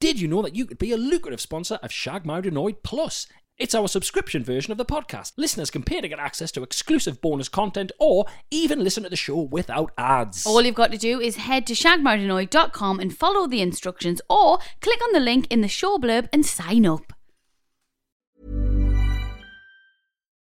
Did you know that you could be a lucrative sponsor of Shag Moudinoid Plus? It's our subscription version of the podcast. Listeners can pay to get access to exclusive bonus content or even listen to the show without ads. All you've got to do is head to shagmardinoid.com and follow the instructions or click on the link in the show blurb and sign up.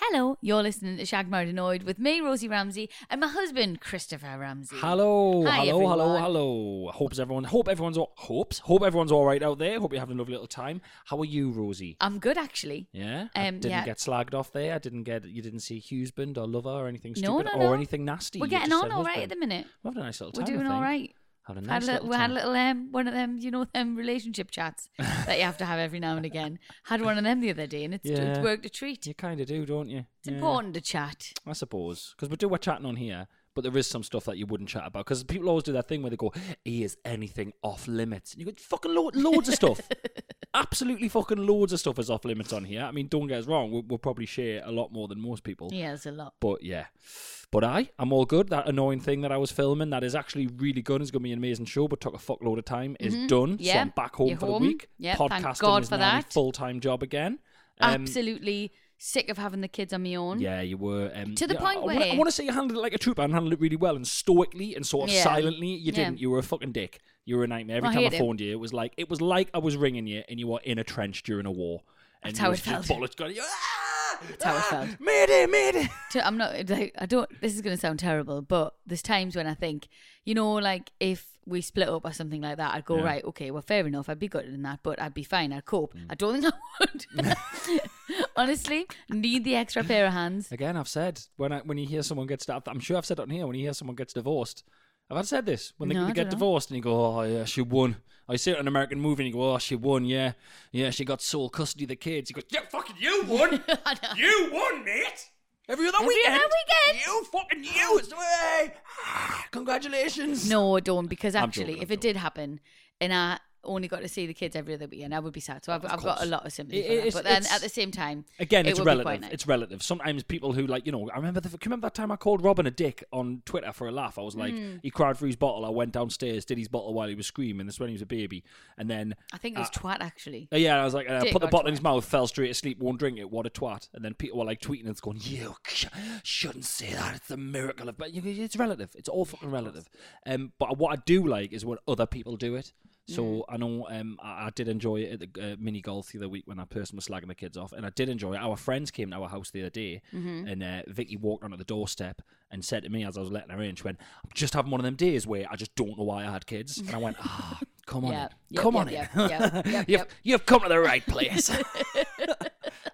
Hello, you're listening to Shag Mardinoid with me, Rosie Ramsey, and my husband, Christopher Ramsey. Hello, Hi, hello, hello, everyone. hello. Hopes everyone, hope everyone's all, hopes, hope everyone's all right out there. Hope you're having a lovely little time. How are you, Rosie? I'm good, actually. Yeah, I Um, didn't yeah. get slagged off there. I didn't get you didn't see Hughesband or lover or anything No, stupid no, no. or anything nasty. We're You getting just on said all right at husband. the minute. We're having a nice little We're time. I doing think. all right. Had a nice had a little little, we had time. a little um, one of them, you know, them relationship chats that you have to have every now and again. Had one of them the other day, and it's, it's Yeah. worked a treat. You kind of do, don't you? It's important to chat. I suppose because we do we're chatting on here, but there is some stuff that you wouldn't chat about because people always do that thing where they go, "He is anything off limits." And you go, "Fucking lo- loads of stuff." Absolutely, fucking loads of stuff is off limits on here. I mean, don't get us wrong; we'll, we'll probably share a lot more than most people. Yeah, there's a lot. But yeah. But I, I'm all good. That annoying thing that I was filming that is actually really good. It's going to be an amazing show, but took a fuckload of time. Is done. So Mm-hmm. Yeah. I'm back home You're for home. the week. Yeah, thank Podcasting God is for now my that. full-time job again. Um, Absolutely sick of having the kids on my own. Yeah, you were. Um, To the yeah, point I, where- I want to say you handled it like a trooper and handled it really well and stoically and sort of Yeah. silently. You Yeah. didn't. You were a fucking dick. You were a nightmare. Every I time I hate it. phoned you, it was like it was like I was ringing you and you were in a trench during a war. And That's you how were it just felt. Bollocks going. "Ah! That's how it felt. Mayday, mayday. To, I'm not like I don't. This is going to sound terrible, but there's times when I think, you know, like if we split up or something like that, I'd go Yeah. right, okay, well, fair enough. I'd be good in that, but I'd be fine. I'd cope. Mm. I don't think I would. Honestly, need the extra pair of hands. Again, I've said when I, when you hear someone gets I'm sure I've said it on here when you hear someone gets divorced. Have I said this when they, No, I they get dunno. divorced and you go, oh yeah, she won. I see it in an American movie and you go, oh she won, yeah, yeah, she got sole custody of the kids. You go, yeah, fucking you won, you won, mate. Every other Every weekend, other weekend. you fucking you. It's- hey, ah, congratulations. No, I don't. Because I'm actually, joking, if I'm it did happen, and I only got to see the kids every other weekend, I would be sad. So I've, I've got a course. lot of sympathy. It- it's- for that. But then it's- at the same time, Again, it it's would be relative. quite nice. It's relative. Sometimes people who like, you know, I remember the, can you remember that time I called Robin a dick on Twitter for a laugh. I was like, Hmm. he cried for his bottle. I went downstairs, did his bottle while he was screaming. This is when he was a baby, and then I think it was twat actually. uh, yeah, and I was like, and I Dick put the or bottle in his twat. mouth, fell straight asleep, won't drink it. What a twat! And then people were like tweeting and it's going, you sh- shouldn't say that. It's the miracle of, but you- it's relative. It's all fucking relative. Um, but what I do like is when other people do it. So I know um, I, I did enjoy it at the uh, mini golf the other week when that person was slagging the kids off, and I did enjoy it. Our friends came to our house the other day, and uh, Vicky walked onto the doorstep and said to me as I was letting her in, she went, "I'm just having one of them days where I just don't know why I had kids," and I went, "Ah, come on, Yeah. in. Yep, come yep, on, yep, in. yep, you've, yep, yep. you've come to the right place."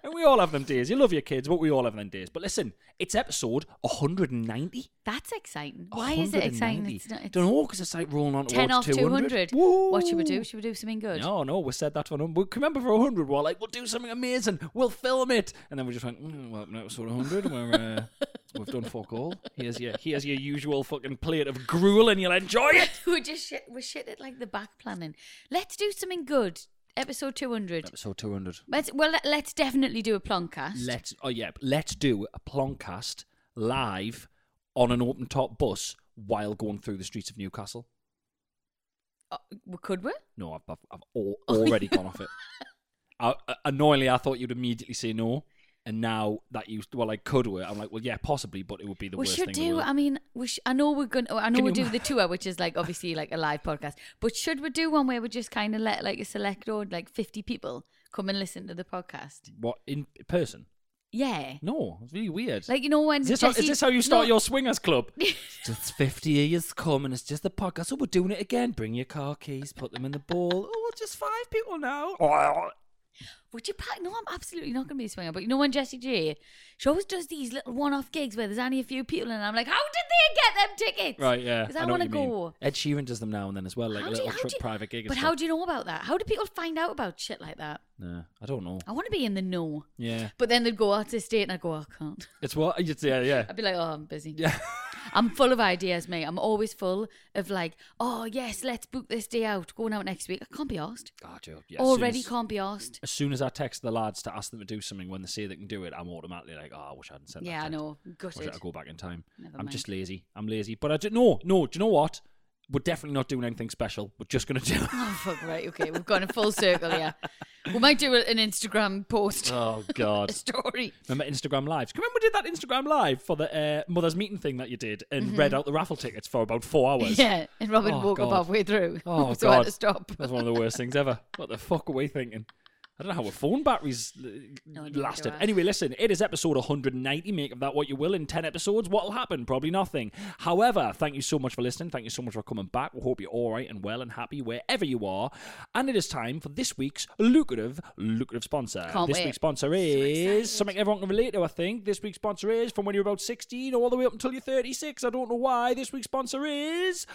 And we all have them days. You love your kids, but we all have them days. But listen, it's episode 190. That's exciting. Why is it exciting? It's not, it's Don't know, because it's like rolling on Ten off towards two 200. hundred. What should we do? Woo! Should we do something good? No, no, we said that for we remember for hundred. We're like, we'll do something amazing. We'll film it, and then we just went, mm, well, no, episode hundred. We're uh, we've done fuck all. Here's your here's your usual fucking plate of gruel, and you'll enjoy it. we're just shit, we're shit at like the back planning. Let's do something good. Episode two hundred. Episode two hundred. Let's well let, let's definitely do a ploncast. Let's oh yeah, let's do a ploncast live on an open top bus while going through the streets of Newcastle. Uh, could we? No, I've, Oh, uh, I've, I've al- already gone off it. I, I- annoyingly, I thought you'd immediately say no. And now that you well, like could we? I'm like, well, yeah, possibly, but it would be the we worst should thing. in the do. um, world. I mean, we sh- I know we're going. to I know Can we you do the tour, which is like obviously like a live podcast. But should we do one where we just kind of let like a select or like fifty people come and listen to the podcast? What in person? Yeah, No, it's really weird. like you know when is this, how, is Jesse- this how you start No. your swingers club? just fifty of yous come, and it's just a podcast. Oh, we're doing it again. Bring your car keys, put them in the ball. Oh, just five people now. Would you pack? No, I'm absolutely not going to be a swinger. But you know when Jessie J, she always does these little one-off gigs where there's only a few people, and I'm like, how did they get them tickets? Right, yeah. Because I, know want to what you mean. go. Ed Sheeran does them now and then as well, like How a do you- little how tri- do you- private gig. and But stuff. how do you know about that? How do people find out about shit like that? Nah, I don't know. I want to be in the know. Yeah, But then they'd go out to state, and I'd go, "Oh, I can't. it's what. It's, yeah, yeah. I'd be like, oh, I'm busy. Yeah. I'm full of ideas, mate. I'm always full of like, oh yes, let's book this day out, going out next week. I can't be asked. God, dude, Ah, yeah, as soon Already as- can't be asked. As soon as I text the lads to ask them to do something, when they say they can do it, I'm automatically like, oh, I wish I hadn't sent Yeah, that. I text. know. Wish I Gutted. could go back in time. Never I'm mind. just lazy. I'm lazy. But I do no, no. Do you know what? We're definitely not doing anything special. We're just gonna do. Oh fuck! Right, okay, we've gone a full circle here. We might do an Instagram post, oh a God. story. Remember Instagram Lives? Can you Remember we did that Instagram Live for the uh, Mother's Meeting thing that you did and read out the raffle tickets for about four hours? Mm-hmm. Yeah, and Robin Oh, woke God. up halfway through, Oh, so God. I had to stop. That's one of the worst things ever. What the fuck were we thinking? I don't know how our phone batteries uh, neither lasted. do I. Anyway, listen, it is episode 190. Make of that what you will. In 10 episodes, what'll happen? Probably nothing. However, thank you so much for listening. Thank you so much for coming back. We hope you're all right and well and happy wherever you are. And it is time for this week's lucrative, lucrative sponsor. Can't this wait. week's sponsor is something everyone can relate to, I think. This week's sponsor is from when you're about 16 all the way up until you're 36. I don't know why. This week's sponsor is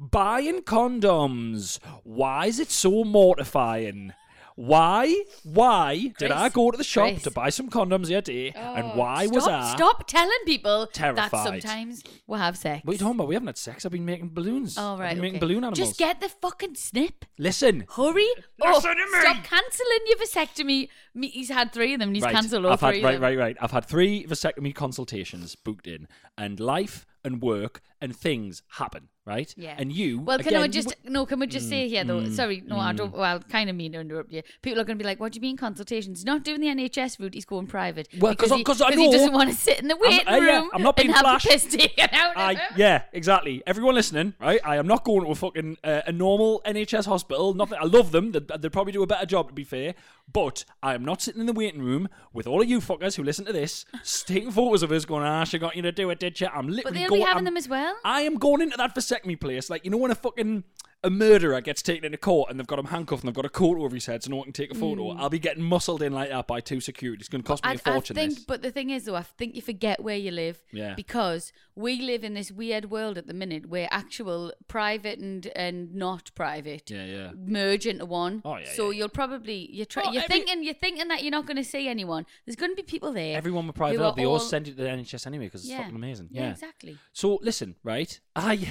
buying condoms. Why is it so mortifying? Why, why did Chris, I go to the shop Chris. to buy some condoms the other day? and why Oh, stop, was I? Stop telling people that terrified? sometimes we'll have sex. What are you talking about? We haven't had sex. I've been making balloons. All I've right, been making okay. balloon animals. Just get the fucking snip. Listen. Hurry! Oh, Listen to me. Stop cancelling your vasectomy. Me, he's had three of them. and He's right. cancelled all I've three. had, of right, them. right, right. I've had three vasectomy consultations booked in, and life and work and things happen, right? Yeah. And you. Well, can again, I you just w- Mm, no? Can we just say here though? sorry, no, I don't. Well, I kind of mean to interrupt you. People are going to be like, "What do you mean consultations? He's Not doing the NHS route. He's going private. Well, 'cause I- he- 'cause I he know- doesn't want to sit in the waiting uh, yeah, room. I'm not being and have flash. the piss taken out of him. I, yeah, exactly. Everyone listening, right? I am not going to a fucking uh, a normal NHS hospital. Nothing. I love them. They'd, they'd probably do a better job, to be fair. But I am not sitting in the waiting room with all of you fuckers who listen to this, s- taking photos of us, going, "Ah, she got you to do it, did you?" I'm But literally they'll going. be having I'm- them as well. I am going into that vasectomy place, like you know when a fucking a murderer gets taken into court and they've got him handcuffed and they've got a coat over his head so no one can take a photo. I'll be getting muscled in like that by two security. It's going to cost me a I, I fortune. think, this. Hmm. but the thing is, though, I think you forget where you live. Yeah. Because we live in this weird world at the minute where actual private and and not private yeah, yeah. merge into one. Oh, yeah, So yeah, you're probably you're try, Oh, you're every- thinking you're thinking that you're not going to see anyone. There's going to be people there. Everyone with who private are health, they all all- send it to the NHS anyway because it's fucking amazing. Yeah, Yeah. exactly. So listen, right? I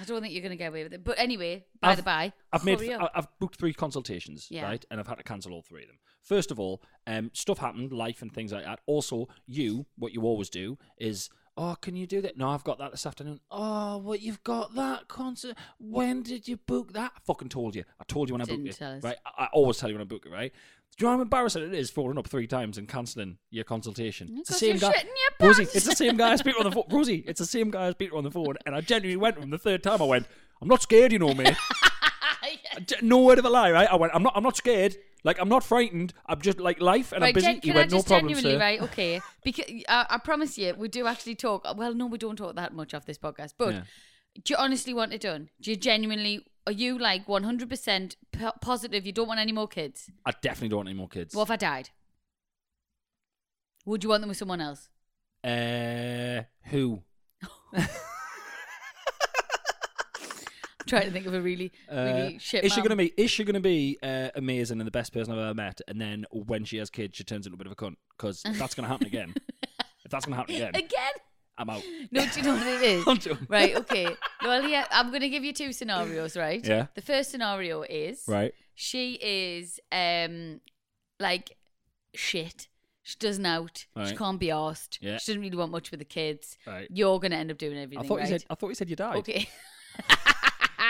I don't think you're going to get away with it. But anyway, by the by, I've made hurry th- up. I- I've booked three consultations, Oh, Yeah. right? And I've had to cancel all three of them. First of all, um, stuff happened, life and things like that. Also, you, what you always do is, oh, can you do that? No, I've got that this afternoon. Oh, well, you've got that concert. When did you book that? I fucking told you. I told you when I Didn't booked it. tell us. Right? I-, I always tell you when I book it, right? Do you know how embarrassing it is phoning up three times and cancelling your consultation? It's the 'Cause same you're guy. shitting your Rosie, pants. it's the same guy I speak to on the phone. Rosie, it's the same guy I speak to on the phone. And I genuinely went from the third time I went, I'm not scared, you know, mate. D- No word of a lie, right? I went. I'm not. I'm not scared. Like I'm not frightened. I'm just like life, and I'm Right, busy. gen- he can went, I just no problem, genuinely, sir. right? Okay, because I, I promise you, we do actually talk. Well, no, we don't talk that much off this podcast. But Yeah. do you honestly want it done? Do you genuinely? Are you like 100% po- positive you don't want any more kids? I definitely don't want any more kids. What if I died? Would you want them with someone else? uh, who? I'm trying to think of a really, really Uh, shit. is she mum. gonna be? Is she gonna be uh, amazing and the best person I've ever met? And then when she has kids, she turns into a bit of a cunt because that's gonna happen again. if that's gonna happen again, again? I'm out. No, do you know what it is? I'm joking. Right, okay. Well, yeah, I'm going to give you two scenarios, right? Yeah. The first scenario is Right. she is um like shit. She doesn't out. She Right. can't be asked. Yeah. She doesn't really want much with the kids. Right. You're going to end up doing I everything, thought right? you said. I thought you said you died. okay.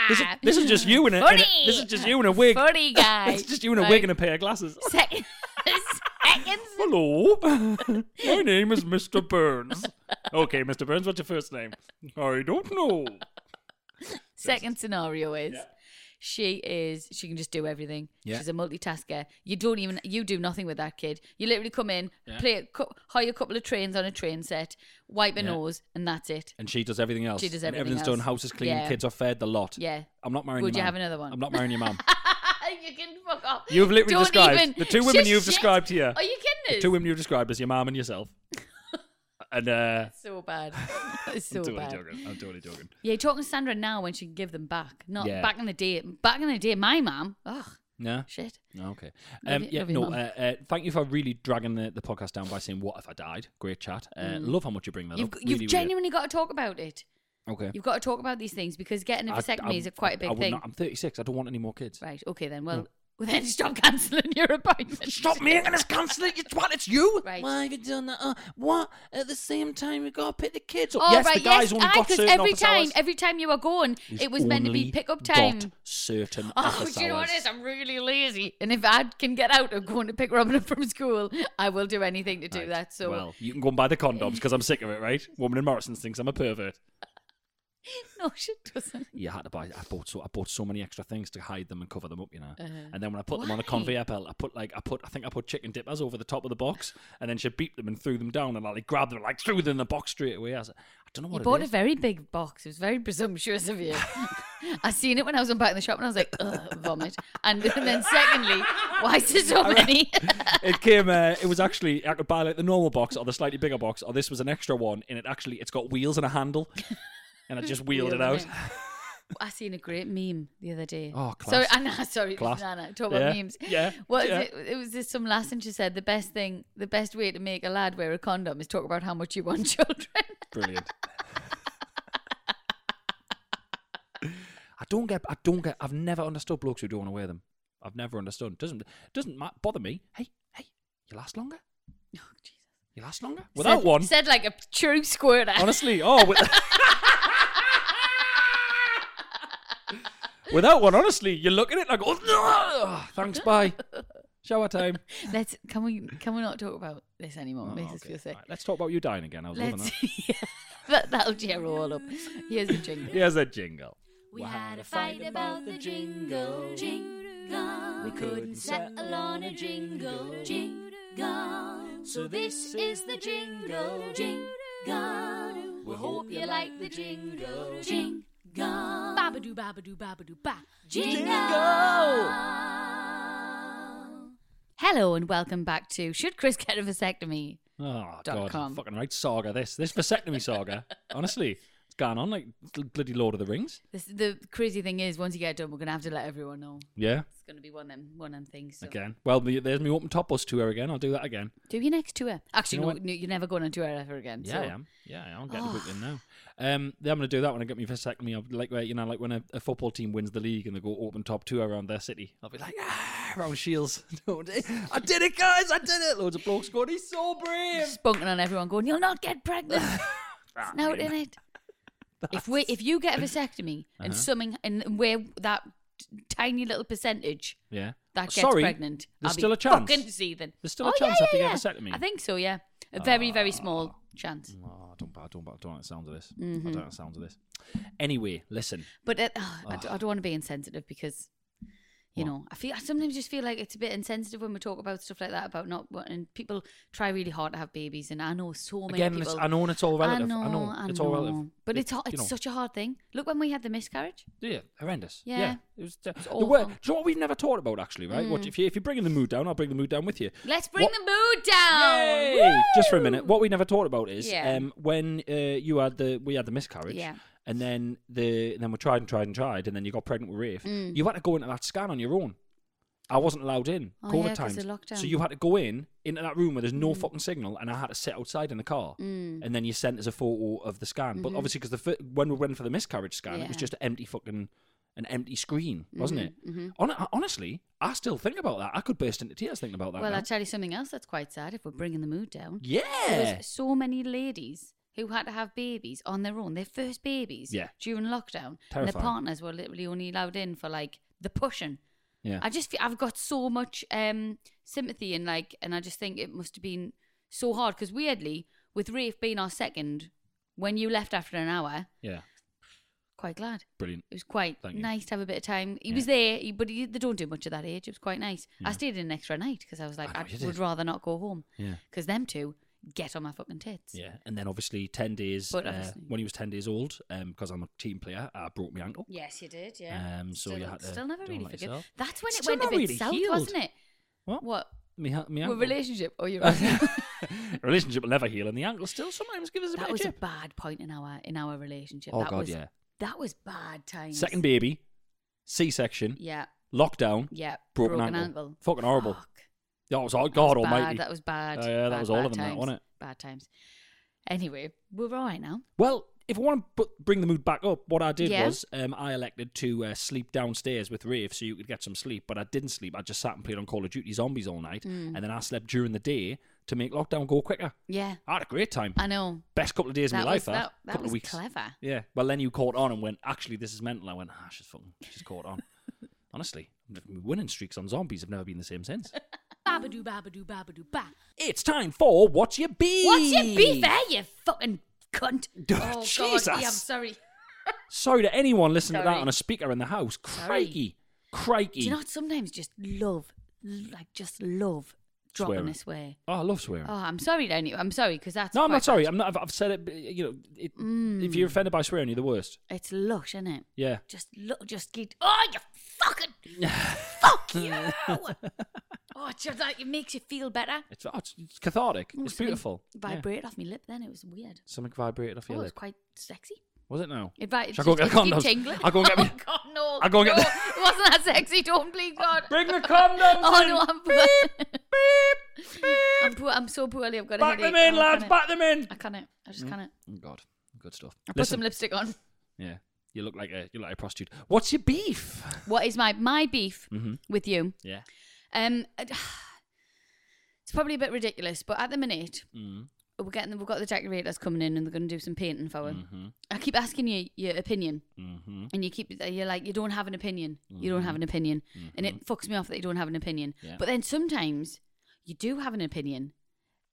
This, is, this is just you in a, in a- Funny. This is just you in a wig. Funny guy. It's just you in a Right. wig and a pair of glasses. Second, second What Hello, my name is Mr. Burns. Okay, Mr. Burns, what's your first name? I don't know. Second scenario is she is she can just do everything. Yeah. She's a multitasker. You don't even you do nothing with that kid. You literally come in, play a cou- hire a couple of trains on a train set, wipe a Yeah. nose, and that's it. And she does everything else. She does And everything Everything's done. else. House is clean. Yeah. Kids are fed. The lot. Yeah. I'm not marrying. Would your you have ma'am. another one? I'm not marrying your mum. you can fuck off. You've literally Don't described even- the two women Shit, you've shit. described here. Are you kidding The us? two women you've described as your mum and yourself. and uh, So bad. It's so I'm totally bad. joking. I'm totally joking. Yeah, you're talking to Sandra now when she can give them back. Not Yeah. back in the day. Back in the day, my mum. Oh Yeah. shit. No, Okay. Love Um, you- yeah. love you, No. Mum. Uh, uh, thank you for really dragging the, the podcast down by saying "What if I died?" Great chat. Uh, Love how much you bring that Mm. You've, up. you've Really, really- genuinely got to talk about it. Okay. You've got to talk about these things because getting a I- vasectomy I- is a quite a I big would thing. not- I'm 36. I don't want any more kids. Right. Okay then. Well, well then stop cancelling your appointment. Stop making us cancel it, you twat. It's you. Right. Why have you done that? Uh, what? At the same time, we got to pick the kids up. Oh, yes, right, the guys yes, only aye, got 'cause certain every office time, hours. every time you were going, You've it was meant to be only pickup got time. certain Oh, office do you know what hours. it is? I'm really lazy, and if I can get out of going to pick Robin up from school, I will do anything to do Right. that. So well, you can go and buy the condoms because I'm sick of it, right? Woman in Morrison thinks I'm a pervert. no, she doesn't. Yeah, I had to buy. I bought so I bought so many extra things to hide them and cover them up, you know. And then when I put them on a Uh-huh. Why? conveyor belt, I put like I put I think I put chicken dippers over the top of the box, and then she beat them and threw them down, and I like grabbed them and like threw them in the box straight away. I, was, like, I don't know You what bought it a is. very big box. It was very presumptuous of you. I seen it when I was unpacking the shop, and I was like, Ugh, vomit. And, and then secondly, why is there so many? it came. Uh, it was actually I could buy like the normal box or the slightly bigger box, or this was an extra one, and it actually it's got wheels and a handle, and I just wheeled it out. Wheeling I seen a great meme the other day. Oh, Sorry, class. Anna, sorry, Class. Anna, talk about Yeah, memes. yeah, What is yeah. it? It was just some lass and she said the best thing, the best way to make a lad wear a condom is talk about how much you want children. Brilliant. I don't get. I don't get. I've never understood blokes who don't want to wear them. I've never understood. Doesn't doesn't ma- bother me. Hey, hey, you last longer. oh, Jesus. You last longer without said, one. Said like a true squirter. honestly, oh, with, without one. Honestly, you look at it like, oh, no, thanks, bye. Shower time. Let's can we can we not talk about this anymore? It makes us feel sick. Oh, Right, let's talk about you dying again. I was loving Let's that. yeah, that that'll cheer all up. Here's the jingle. Here's a jingle. We had a fight about the jingle, jingle. We couldn't settle on a jingle, jingle. So this is the jingle, jingle. We hope you like the jingle, jingle. Babadoo, babadoo, babadoo, ba. Jingle. Hello and welcome back to Should Chris Get a Vasectomy? Oh dot god, com. fucking right saga. This this vasectomy saga. Honestly, it's going on like bl- bloody Lord of the Rings. This, the crazy thing is, once you get it done, we're gonna have to let everyone know. Yeah, It's gonna be one of them, one of them things. So. again. Well, me- there's me open top bus tour again. I'll do that again. Do your next tour. Actually, You know no, what? no, you're never going on tour ever again. Yeah, so. I am. Yeah, I am. I'm getting booked in now. Um, then I'm going to do that when I get my vasectomy. I'll be like, where- you know, like when a, a football team wins the league and they go open top tour around their city. I'll be like, ah, around Shields. I did it, guys. I did it. Loads of blokes going, he's so brave. Spunking on everyone, going, "You'll not get pregnant." it's not in it. If we, if you get a vasectomy and Uh-huh. something, and we're that t- tiny little percentage Yeah. that gets Sorry, pregnant, There's I'll still be a chance. Fucking seething. There's still a Oh, yeah, chance yeah, after you get a yeah. vasectomy. I think so. Yeah, a very, very small chance. Oh, I don't, I don't, I don't like the sound of this. Mm-hmm. I don't like the sound of this. Anyway, listen. But it, oh, I, d- I don't want to be insensitive because, you know, I feel I sometimes just feel like it's a bit insensitive when we talk about stuff like that about not wa- and people try really hard to have babies, and I know so many Again, people. it's, I know and it's all relative. I know, it's all relative. know. But It- it's hard, you it's know. such a hard thing. Look when we had the miscarriage. Yeah, horrendous. Yeah. it was. Ter- the awful. Mm. wor- do you know what we've never talked about actually, right? What if you if you're bringing the mood down, I'll bring the mood down with you. Let's bring What- the mood down. Yay! Just for a minute, what we never talked about is Yeah. um, when uh, you had the we had the miscarriage, Yeah. and then the and then we tried and tried and tried, and then you got pregnant with Rafe. Mm. You had to go into that scan on your own. I wasn't allowed in. Oh, COVID yeah, 'cause times, of so lockdown. Mm. you had to go in into that room where there's no fucking signal, and I had to sit outside in the car. And then you sent us a photo of the scan, but obviously because the fir- when we went for the miscarriage scan, it was Mm-hmm. Yeah. Mm-hmm, just an empty fucking an empty screen, wasn't it? Hon- honestly, I still think about that. I could burst into tears thinking about that. Well, now. I'll tell you something else that's quite sad if we're bringing the mood down. yeah, There was so many ladies who had to have babies on their own, their first babies Yeah. during lockdown. And Terrifying. their partners were literally only allowed in for like the pushing. Yeah. I just feel, I've got so much um sympathy and like and I just think it must have been so hard because weirdly with Rafe being our second when you left after an hour yeah. quite glad Brilliant. it was quite Thank you. nice to have a bit of time he Yeah. was there he, but he, they don't do much at that age it was quite nice Yeah. I stayed in an extra night because I was like I I, know you would did. rather not go home Yeah. because them two get on my fucking tits Yeah, and then obviously ten days But uh, obviously- when he was ten years old, because I'm a team player, I broke my ankle. yes you did yeah. Um, so you still, had to still never do really that forgive yourself. that's when it Still went a not bit really south healed. wasn't it What? what Me, ha- me What ankle. relationship oh you're right relationship will never heal, and the ankle still sometimes gives us a that bit was of a chip. bad point in our in our relationship. Oh that god, was, yeah. That was bad times. Second baby, C-section, Yeah, lockdown. yeah. Broken ankle. Fucking horrible. Fuck. That was all That was God bad, Almighty. That was bad. Oh, yeah, that bad, was all bad of them, that, times, wasn't it? Bad times. Anyway, we're all right now. Well, if I want to bu- bring the mood back up, what I did Yeah. was um, I elected to uh, sleep downstairs with Rafe so you could get some sleep, but I didn't sleep. I just sat and played on Call of Duty Zombies all night, Hmm. and then I slept during the day to make lockdown go quicker. Yeah, I had a great time. I know. Best couple of days of That my life. was, that, that couple was of weeks. clever. Yeah. Well, then you caught on and went, actually, this is mental. I went, ah, she's fucking, she's caught on. Honestly, winning streaks on zombies have never been the same since. Babadoo, babadoo, babadoo, ba. it's time for what's your beef? What's your beef, eh? You fucking cunt. oh God, yeah, I'm Jesus. sorry. Sorry to anyone listening to that Sorry. on a speaker in the house. Sorry. Crikey. Crikey. Do you not sometimes just love, like just love dropping Swearing. a swear? oh, I love swearing. Oh, I'm sorry, Danny. I'm sorry because that's no, I'm quite not sorry. bad. Mm. I'm not. I've, I've said it. but, You know, it, if you're offended by swearing, you're the worst. It's lush, isn't it? Yeah. Just look, just get. Oh, you fucking fuck you! oh, it's just like it makes you feel better. It's, oh, it's, it's cathartic. Ooh, it's something beautiful. Yeah. Vibrated off my lip. Then it was weird. Something vibrated off Oh, your it was lip. quite sexy. Was it now? It, vi- it Shall I go just- get it condoms? keep tingling. I'll go and get me- Oh God, no! I'll go and get no. me- It wasn't that sexy. Don't please God. Bring the condoms Oh in. no! I'm Beep, beep. I'm, poor, I'm so poorly. I've got a Back headache. them in, Oh, I lads. can't- Back them in. I can't. I just can't. Oh, God, good stuff. I put Listen, some lipstick on. yeah, you look like a you look like a prostitute. What's your beef? What is my my beef Mm-hmm. with you? Yeah, Um, it's probably a bit ridiculous, but at the minute mm. we're getting we've got the decorators coming in and they're going to do some painting for him. Mhm. I keep asking you your opinion, mm-hmm. and you keep uh, you're like you don't have an opinion, you don't have an opinion, and it fucks me off that you don't have an opinion. Mm-hmm. Yeah. But then sometimes you do have an opinion,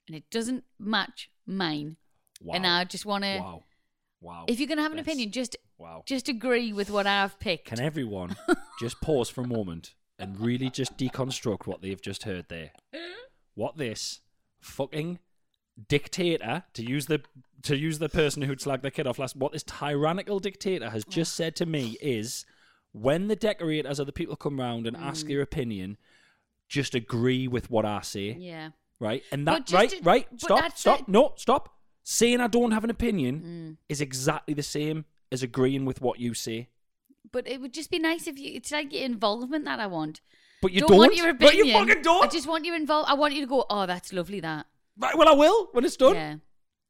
and it doesn't match mine. Wow. And I just want to, wow, wow. if you're going to have an Oh, That's- opinion, just wow. just agree with what I've picked. Can everyone just pause for a moment and really just deconstruct what they've just heard there? What this fucking dictator to use the to use the person who'd slagged their kid off last what this tyrannical dictator has just said to me is when the decorators or the people come round and Mm. ask your opinion, just agree with what I say. yeah. Right? And But that just right, to- right, but stop, that's stop, it. Mm. no, stop. Saying I don't have an opinion is exactly the same as agreeing with what you say. But it would just be nice if you, it's like your involvement that I want. But you don't. want your But opinion. you fucking don't. I just want you involved. I want you to go. Oh, that's lovely. That. Right, well, I will when it's done. Yeah.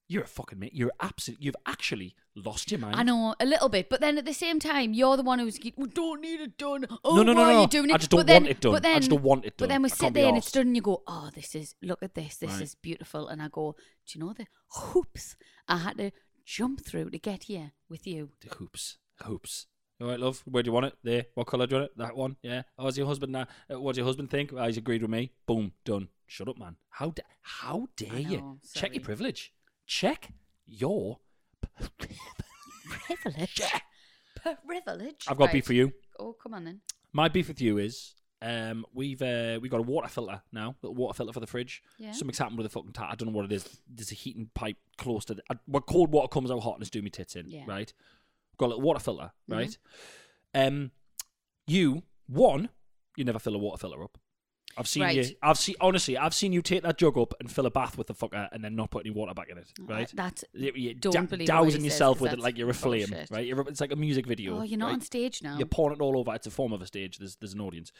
You're a fucking mate. You're absolute. You've actually lost your mind. I know a little bit, but then at the same time, you're the one who's ge- we don't need it done. Oh, no, no, why are no. you doing it? I just don't but then, want it done. But then, I just don't want it But done. then we I sit can't be there and it's arsed. done, and you go, "Oh, this is look at this. This Right. is beautiful." And I go, "Do you know the hoops I had to jump through to get here with you?" The hoops. Hoops. All right, love. Where do you want it? There. What colour do you want it? That one. Yeah. How's your husband now? Uh, What does your husband think? Well, he's agreed with me. Boom. Done. Shut up, man. How da- how dare I you? know, Check your sorry. privilege. Check your. Privilege. Privilege. I've got Right. beef for you. Oh, come on then. My beef with you is um, we've uh, we got a water filter now, little water filter for the fridge. Yeah. Something's happened with the fucking tap. I don't know what it is. There's a heating pipe close to the. I, well, cold water comes out hot and it's doing me tits in. Yeah. Right. Got a little water filter. Right. Um, you one, you never fill a water filter up. I've seen Right. you. I've seen honestly. I've seen you take that jug up and fill a bath with the fucker, and then not put any water back in it. Right. That's. You- you Oh, don't dou- believe what he dousing says, yourself 'cause with it that's like you're a flame. bullshit. Right. You're, it's like a music video. Oh, you're not right? on stage now. You're pouring it all over. It's a form of a stage. There's there's an audience,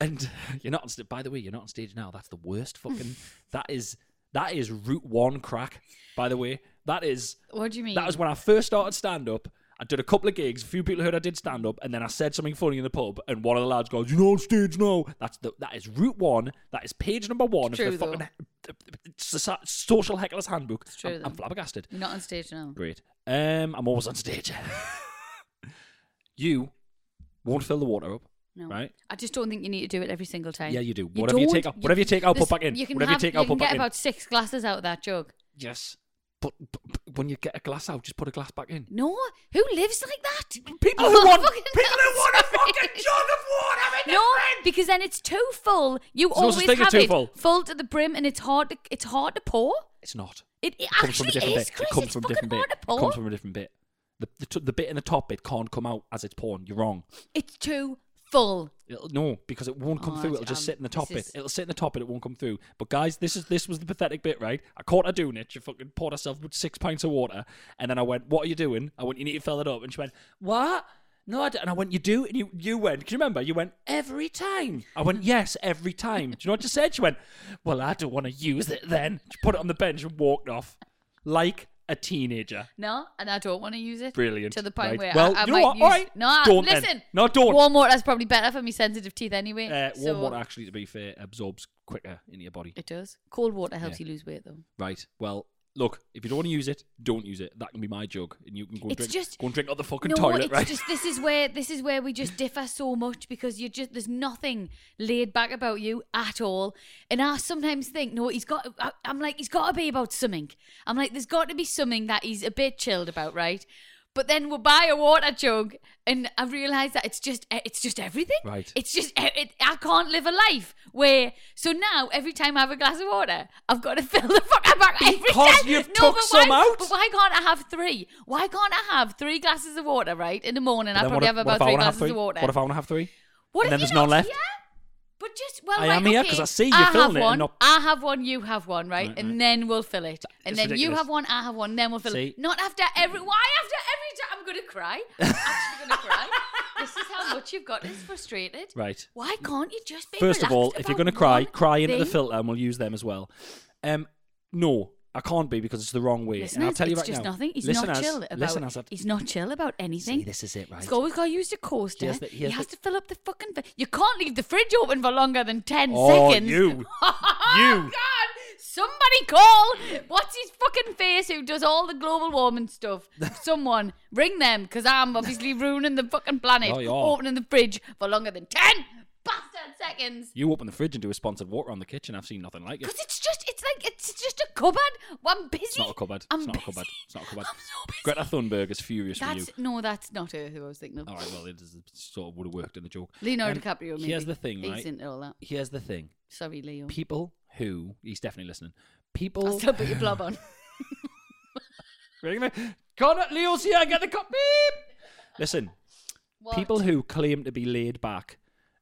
and you're not. On st- by the way, you're not on stage now. That's the worst fucking. that is that is route one crack. By the way, that is What do you mean? that was when I first started stand up. I did a couple of gigs. A few people heard I did stand up, and then I said something funny in the pub, and one of the lads goes, "You're not on stage now." That's the that is route one. That is page number one It's of the true, though. fucking uh, soci- social heckler's handbook. true, I'm- I'm though. flabbergasted. You're not on stage now. Great. Um, I'm always on stage. you won't fill the water up. No. Right. I just don't think you need to do it every single time. Yeah, you do. Whatever you don't. take out- whatever you take out, put Listen, back in. You can Whatever you have- take out, can put back get in. about six glasses out of that jug. Yes, but, but, but when you get a glass out, just put a glass back in. No, who lives like that? People Oh, who want fucking people who hell, want a sorry. fucking jug of water. in their No, fridge! because then it's too full. You There's no such always thing as have too it full. to the brim, and it's hard. To, it's hard to pour. it's not. It, it comes from actually a different is, bit. Chris. It comes it's from a fucking different bit. hard to It pour. comes from a different bit. The, the, t- the bit in the top bit can't come out as it's pouring. You're wrong. It's too full. It'll, no, because it won't come Oh, through. it's- It'll just um, sit in the this top bit. is- It'll sit in the top bit. It won't come through. But guys, this is this was the pathetic bit, right? I caught her doing it. She fucking poured herself with six pints of water, and then I went, "What are you doing?" I went, "You need to fill it up." And she went, "What?" No, I don't. and I went, "You do?" And you you went. Can you remember? You went every time. I went, "Yes, every time." Do you know what you said? She went, "Well, I don't want to use it then." She put it on the bench and walked off like a teenager. No, and I don't want to use it. Brilliant, To the point right. where Well, I, I you know might what, use. alright, No, I- don't then. listen. No, don't. Warm water's probably better for me sensitive teeth anyway. Uh, so warm water actually, to be fair, absorbs quicker in your body. It does. Cold water helps Yeah. you lose weight though. Right. Well, look, if you don't want to use it, don't use it. That can be my jug, and you can go and It's drink. just- go and drink out the fucking no, toilet, it's right? just this is where this is where we just differ so much because you just there's nothing laid back about you at all. And I sometimes think, no, he's got. I, I'm like, he's got to be about something. I'm like, there's got to be something that he's a bit chilled about, right? But then we'll buy a water jug, and I realise that it's just it's just everything. Right. It's just e, it, I can't live a life where. So now every time I have a glass of water, I've got to fill the fucker back every Because time. you've no, took but some why, out. But why can't I have three? Why can't I have three glasses of water right in the morning? But I then what probably have if- what about if I three wanna have glasses of water. What if I want to have three? and What if then you there's none not- left? Yeah, but just well, I right, am here okay, 'cause I see you I filling have it and one. not- I have one. You have one, right? and then we'll fill it. And It's then you ridiculous. have one. I have one. Then we'll fill See? it. Not after every. Why after every time? I'm gonna cry. I'm actually gonna cry. This is how much you've got. It's frustrated. Right. Why can't you just be First of all, relaxed if you're about going to cry, one cry into the thing? filter, and we'll use them as well. Um, no, I can't be because it's the wrong way. and I'll Listeners, tell you it's right just now. nothing. He's listen not as- chill about. Listen as I've- he's not chill about anything. See, this is it, right? He's always got to use the coaster. Here's the- here's he has the- to fill up the fucking. fi- You can't leave the fridge open for longer than ten Oh, seconds. Oh, you. God! Somebody call. What's his fucking face who does all the global warming stuff? Someone ring them because I'm obviously ruining the fucking planet. Oh, you are. opening the fridge for longer than ten bastard seconds. You open the fridge and do a sponsored water on the kitchen. I've seen nothing like it. Because it's just, it's like, it's just a cupboard. Well, I'm busy. It's not a cupboard. I'm it's not busy. a cupboard. It's not a cupboard. I'm so busy. Greta Thunberg is furious with you. That's no, that's not her who I was thinking of. All right, well, it is- it sort of would have worked in the joke. Leonardo Um, DiCaprio. Maybe. Here's the thing, He's right? into all that. Here's the thing. Sorry, Leo. People who he's definitely listening. People. I'll still put your blob on. Wait a minute. Connor, Leo's here. Get the cup. Beep. Listen, What? people who claim to be laid back.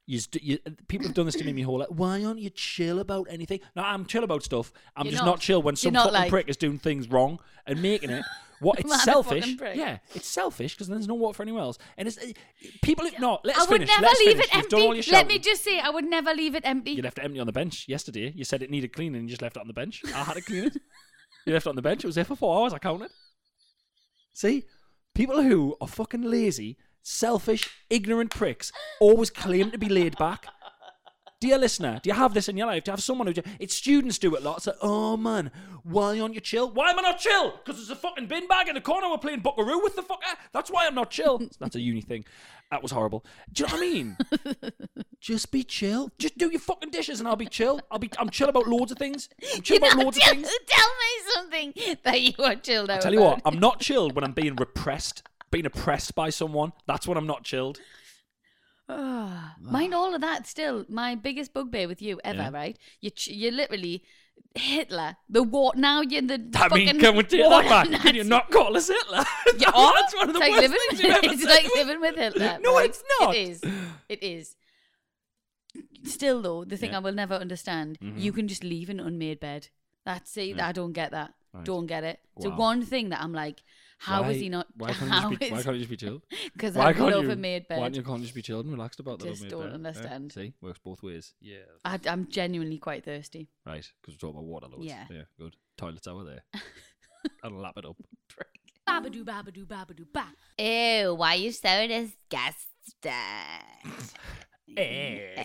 You, s- you, people have done this to me my whole life. Why aren't you chill about anything? No, I'm chill about stuff. I'm You're just not. not. chill when You're some not fucking like- prick is doing things wrong and making it. What it's Motherfucking selfish. prick. Yeah, it's selfish because there's no water for anyone else. And it's uh, people. No, let's I would finish. never let's leave finish. it You've done all your empty. Let me shouting. just say, I would never leave it empty. You left it empty on the bench yesterday. You said it needed cleaning and you just left it on the bench. I had to clean it. You left it on the bench. It was there for four hours. I counted. See, people who are fucking lazy, selfish, ignorant pricks always claim to be laid back. Dear listener, do you have this in your life? Do you have someone who. It's students do it lots. Like, oh man, why aren't you chill? Why am I not chill? Because there's a fucking bin bag in the corner. We're playing buckaroo with the fucker. That's why I'm not chill. That's a uni thing. That was horrible. Do you know what I mean? just be chill. Just do your fucking dishes, and I'll be chill. I'll be. I'm chill about loads of things. I'm chill You're about not loads chill- of things. Tell me something that you are chilled out. I tell you what, about. I'm not chilled when I'm being repressed, being oppressed by someone. That's when I'm not chilled. Ah, mind all of that. Still, my biggest bugbear with you ever. Yeah. Right? You, ch- you literally Hitler. The war. Now you're the. I fucking mean, can we take war that back? Nazi. Can you not call us Hitler? You are. That's one of the it's like worst living, things you've ever It's said. like living with Hitler. No, right? it's not. It is. It is. Still, though, the thing Yeah. Mm-hmm. I will never understand: you can just leave an unmade bed. That's it. I don't get that. Don't get it. So Wow. one thing that I'm like, how is he not? Why can't, how you just be, why is- can't you just be chilled? Because Why I can't love you? a made Why bed. can't you just be chilled and relaxed about the Just little don't made bed? Yeah. understand. See, works both ways. Yeah, I, I'm genuinely quite thirsty. right. Because we're talking about water loads. Yeah. good. Toilets over there. I'll lap it up. Babadoo, babadoo, babadoo, ba. Ew, why are you so disgusting? that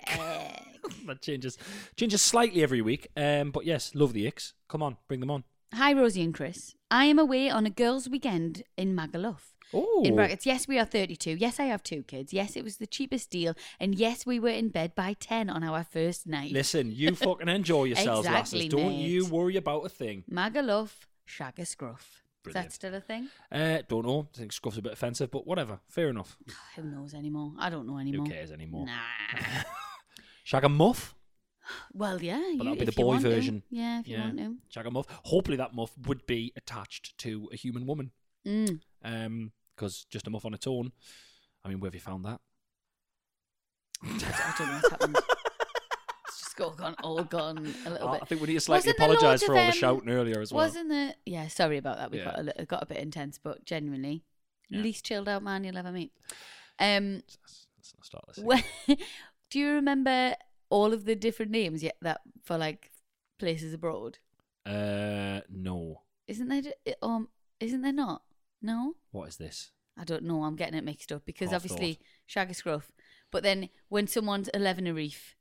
changes changes slightly every week. Um, but yes, love the icks. Come on, bring them on. Hi, Rosie and Chris. I am away on a girls' weekend in Magaluf. Oh, In brackets, yes, we are 32. Yes, I have two kids. Yes, it was the cheapest deal. And yes, we were in bed by 10 on our first night. listen, you fucking enjoy yourselves, Exactly, lasses. Don't mate. you worry about a thing. Magaluf, shag a scruff. Is Brilliant. that still a thing? Uh, don't know. I think scuff's a bit offensive, but whatever. Fair enough. Who knows anymore? I don't know anymore. cares anymore? Nah. Shag a muff. well, yeah. But you, that'll be if the you boy want to. version. Yeah, if you want to. Shag a muff. Hopefully that muff would be attached to a human woman. Mm. Um, because just a muff on its own. I mean, where have you found that? I don't know what's happened. it's just all gone, all gone a little I- bit. I think we need to slightly Wasn't there loads apologise for of, all the um, shouting earlier as well. Wasn't there? Yeah, sorry about that. We Yeah. got a little, got a bit intense, but genuinely, Yeah. least chilled out man you'll ever meet. Um, Let's not start this. when, do you remember all of the different names yet that for like places abroad? Uh, no. Isn't there? ju- Um, isn't there not? No. What is this? I don't know. I'm getting it mixed up because Half obviously shag a scruff. But then when someone's eleven a reef,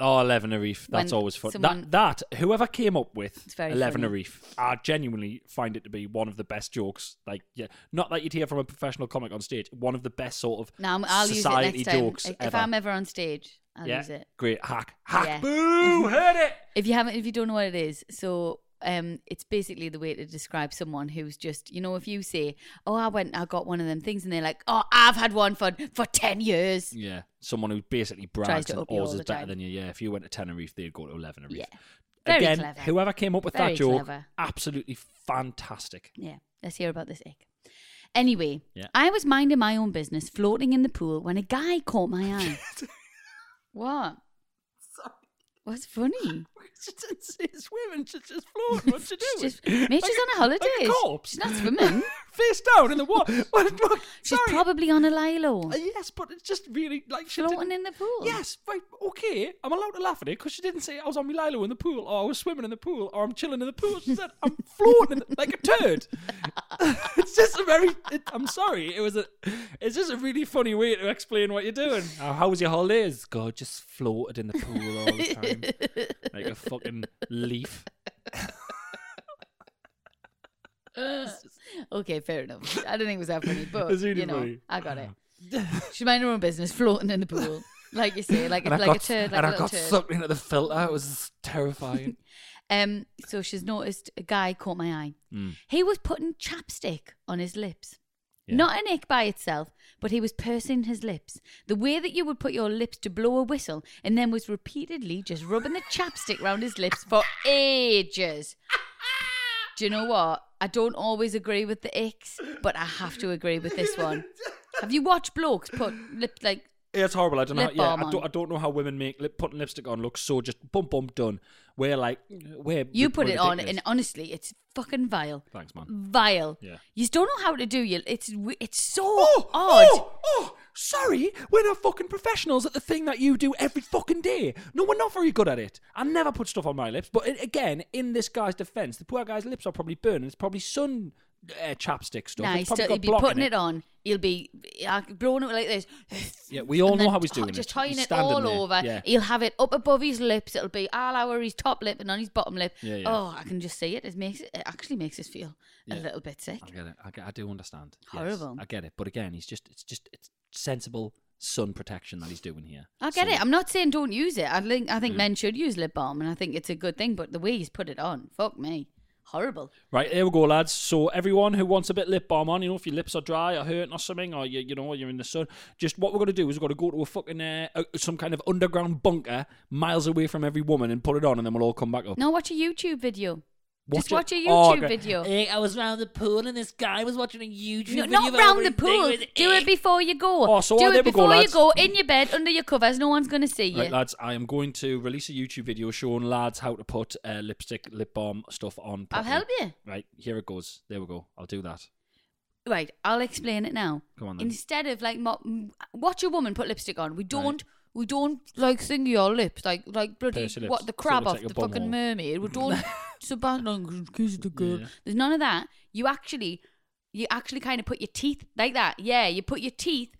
Oh, Eleven a Reef. That's When always fun. someone- That that whoever came up with It's very Eleven a funny. Reef, I genuinely find it to be one of the best jokes. Like, yeah, not that you'd hear from a professional comic on stage. One of the best sort of now I'm- I'll society use it next jokes time. If ever. I'm ever on stage, I'll yeah, use it. great hack, hack, Yeah. Mm-hmm. boo, heard it. If you haven't, if you don't know what it is, so um, it's basically the way to describe someone who's just, you know, if you say, "Oh, I went, I got one of them things," and they're like, "Oh, I've had one for for ten years." Yeah, someone who basically Tries brags to and up you ours all is the better time. than you. Yeah, if you went to Tenerife, they'd go to Eleven a Reef. Yeah. Very Again, clever. whoever came up with Very that joke, clever. absolutely fantastic. Yeah, let's hear about this egg. Anyway, Yeah. I was minding my own business, floating in the pool, when a guy caught my eye. what? Sorry. What's funny? It's women she's just floating. What's she doing? She's just- mate, she's on a holiday. Like a corpse. She's not swimming. Face down in the water. What, what, She's sorry. probably on a lilo, Uh, yes, but it's just really like she floating didn't- in the pool. Yes, right. Okay, I'm allowed to laugh at it because she didn't say I was on my lilo in the pool, or I was swimming in the pool, or I'm chilling in the pool. She said I'm floating in the, like a turd. it's just a very. It, I'm sorry. It was a. It's just a really funny way to explain what you're doing. Oh, how was your holidays? God, just floated in the pool all the time, like a fucking leaf. Okay, fair enough. I don't think it was that funny, but It's really you know, funny. I got it. She's minding her own business, floating in the pool, like you say, like And I like got, a turd, like and a I little got turd. sucked into the filter. It was terrifying. Um, so she's noticed a guy caught my eye. Hmm. He was putting chapstick on his lips. Yeah. Not an ick by itself, but he was pursing his lips. The way that you would put your lips to blow a whistle and then was repeatedly just rubbing the chapstick round his lips for ages. Do you know what? I don't always agree with the icks, but I have to agree with this one. Have you watched blokes put lip like Yeah, it's horrible. I don't know. How, Lip yeah, balm I don't, on. I don't know how women make lip, putting lipstick on looks so just bum bum done. We're like, we're you put we're it on ridiculous. and honestly it's fucking vile. thanks, man. Vile. Yeah. You don't know how to do you. It's w- it's so Oh, odd. oh, oh, sorry. We're not fucking professionals at the thing that you do every fucking day. No, we're not very good at it. I never put stuff on my lips, but it, again, in this guy's defence, the poor guy's lips are probably burning. It's probably sun uh, chapstick stuff. Nah, It's he's probably got still, he'll be block in putting it. on. He'll be uh, blowing it like this. Yeah, we all And know then how he's to- doing Just it. tying He's it standing all there. over. Yeah. He'll have it up above his lips. It'll be all over his top lip and on his bottom lip. Yeah, yeah. Oh, I can just see it. It makes it actually makes us feel a Yeah. Um, little bit sick. I get it. I, get, I do understand. Yes, Horrible. I get it. But again, he's just. It's just. It's sensible sun protection that he's doing here. I get So- Mm. it. I'm not saying don't use it. I think I think men should use lip balm, and I think it's a good thing. But the way he's put it on, fuck me, horrible. Right, there we go, lads. So everyone who wants a bit lip balm on, you know, if your lips are dry or hurting or something, or you, you know, you're in the sun, just what we're gonna do is we're gonna go to a fucking uh, uh, some kind of underground bunker miles away from every woman and put it on, and then we'll all come back up. No, watch a YouTube video. just watch a Oh, YouTube great. video. I was round the pool and this guy was watching a YouTube No, not round the pool. Do it before you go. eh. Oh, so Do there we it go, before you lads. go in your bed under your covers. No one's going to see you. Right, lads, I am going to release a YouTube video showing lads how to put uh, lipstick, lip balm stuff on. I'll properly. help you. Right, here it goes. There we go. I'll do that. Right, I'll explain it now. Come on then. Instead of like mo- m- watch a woman put lipstick on, we don't we don't like thing your lips like like bloody Pierce your what lips. the So it crab looks off like a the fucking bumhole. mermaid. We don't Sebastian kiss the girl. Yeah. There's none of that. You actually you actually kind of put your teeth like that. Yeah, you put your teeth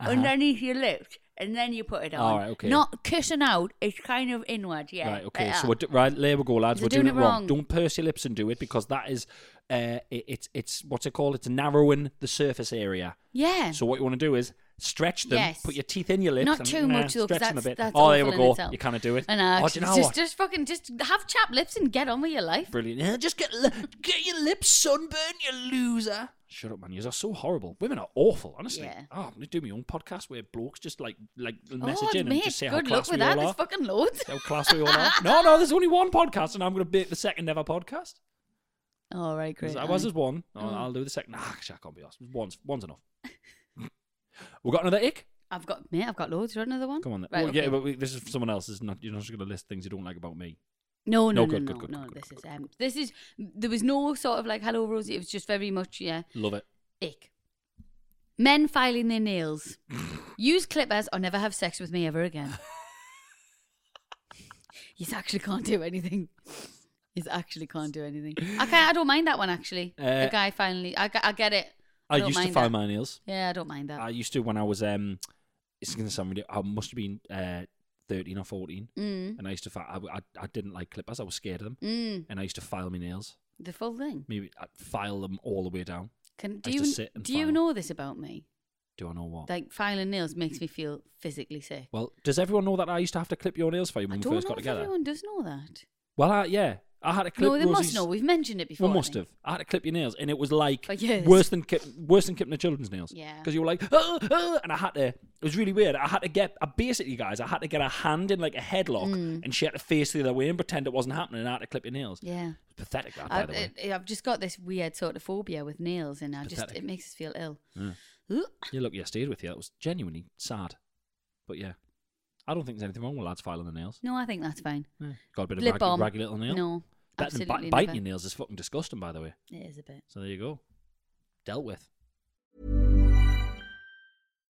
Uh-huh. underneath your lips and then you put it on. All right, okay. Not cussing out. It's kind of inward. Yeah. Uh, right, like okay. that. So we're d- right there we go, lads. They're We're doing, doing it it wrong. wrong. Don't purse your lips and do it because that is, uh, it, it's it's what's it called? It's narrowing the surface area. yeah. So what you want to do is stretch them. Eh. Yes. Put your teeth in your lips. Not and, too nah, much though, 'cause Stretch them a that's, bit. that's oh, there awful we in go. itself. You kind of do it. I know. oh, do you know uh, just, what? just fucking just have chap lips and get on with your life. Brilliant. Yeah, just get li- get your lips sunburned, you loser. Shut up, man. You are so horrible. Women are awful, honestly. Yeah. Oh, I'm gonna do my own podcast where blokes just like like oh, message in mate, and just say how good luck class with we that. all There's are. fucking loads. how class we all are. No, no, there's only one podcast, and I'm gonna be the second ever podcast. All right, great. Um, I was aye. just one. Oh, I'll do the second. Nah, actually, I can't be asked. One's one's enough. we got another ick. I've got mate. I've got loads. You want another one? Come on, then. Right, Well, yeah, okay. but we, this is for someone else. It's not, you're not just gonna list things you don't like about me. No, No, no, no, good, no, good, good, no. good, this good, is um, this is there was no sort of like hello Rosie. It was just very much yeah, Love it. ick. Men filing their nails. Use clippers or never have sex with me ever again. you actually can't do anything. You actually can't do anything. I can't. I don't mind that one actually. Uh, the guy finally. I, ge- I get it. I, don't used to mind file that. my nails. Yeah, I don't mind that. I used to when I was um, it's gonna sound really. I must have been uh, thirteen or fourteen, mm, and I used to. Fi- I, I I didn't like clippers. I was scared of them, mm, and I used to file my nails. the full thing. Maybe I'd file them all the way down. Can I do used you to sit and do you file. know this about me? Do I know what? Like filing nails makes me feel physically sick. well, does everyone know that I used to have to clip your nails for you I when we don't first know got if together? everyone does know that. Well, I, yeah, I had to clip. no, they Rosie's... must know. We've mentioned it before. Well, I must think. have. I had to clip your nails, and it was like For years. worse than ki- worse than clipping the children's nails. Yeah. because you were like, "Ah, ah," and I had to. It was really weird. I had to get. I basically, guys, I had to get a hand in like a headlock, Mm. and she had to face the other way and pretend it wasn't happening. And I had to clip your nails. Yeah. Pathetic, that, Ah, by I, the way. I, I've just got this weird sort of phobia with nails, and I just Pathetic. it makes us feel ill. Ugh. yeah, look, yeah, I stayed with you. That was genuinely sad. But yeah, I don't think there's anything wrong with lads filing their nails. No, I think that's fine. Yeah. Got a bit of Hmm. Lip raggy, balm. raggy little nail. No, Better than absolutely bite biting never. your nails is fucking disgusting, by the way. It is a bit. So there you go. Dealt with.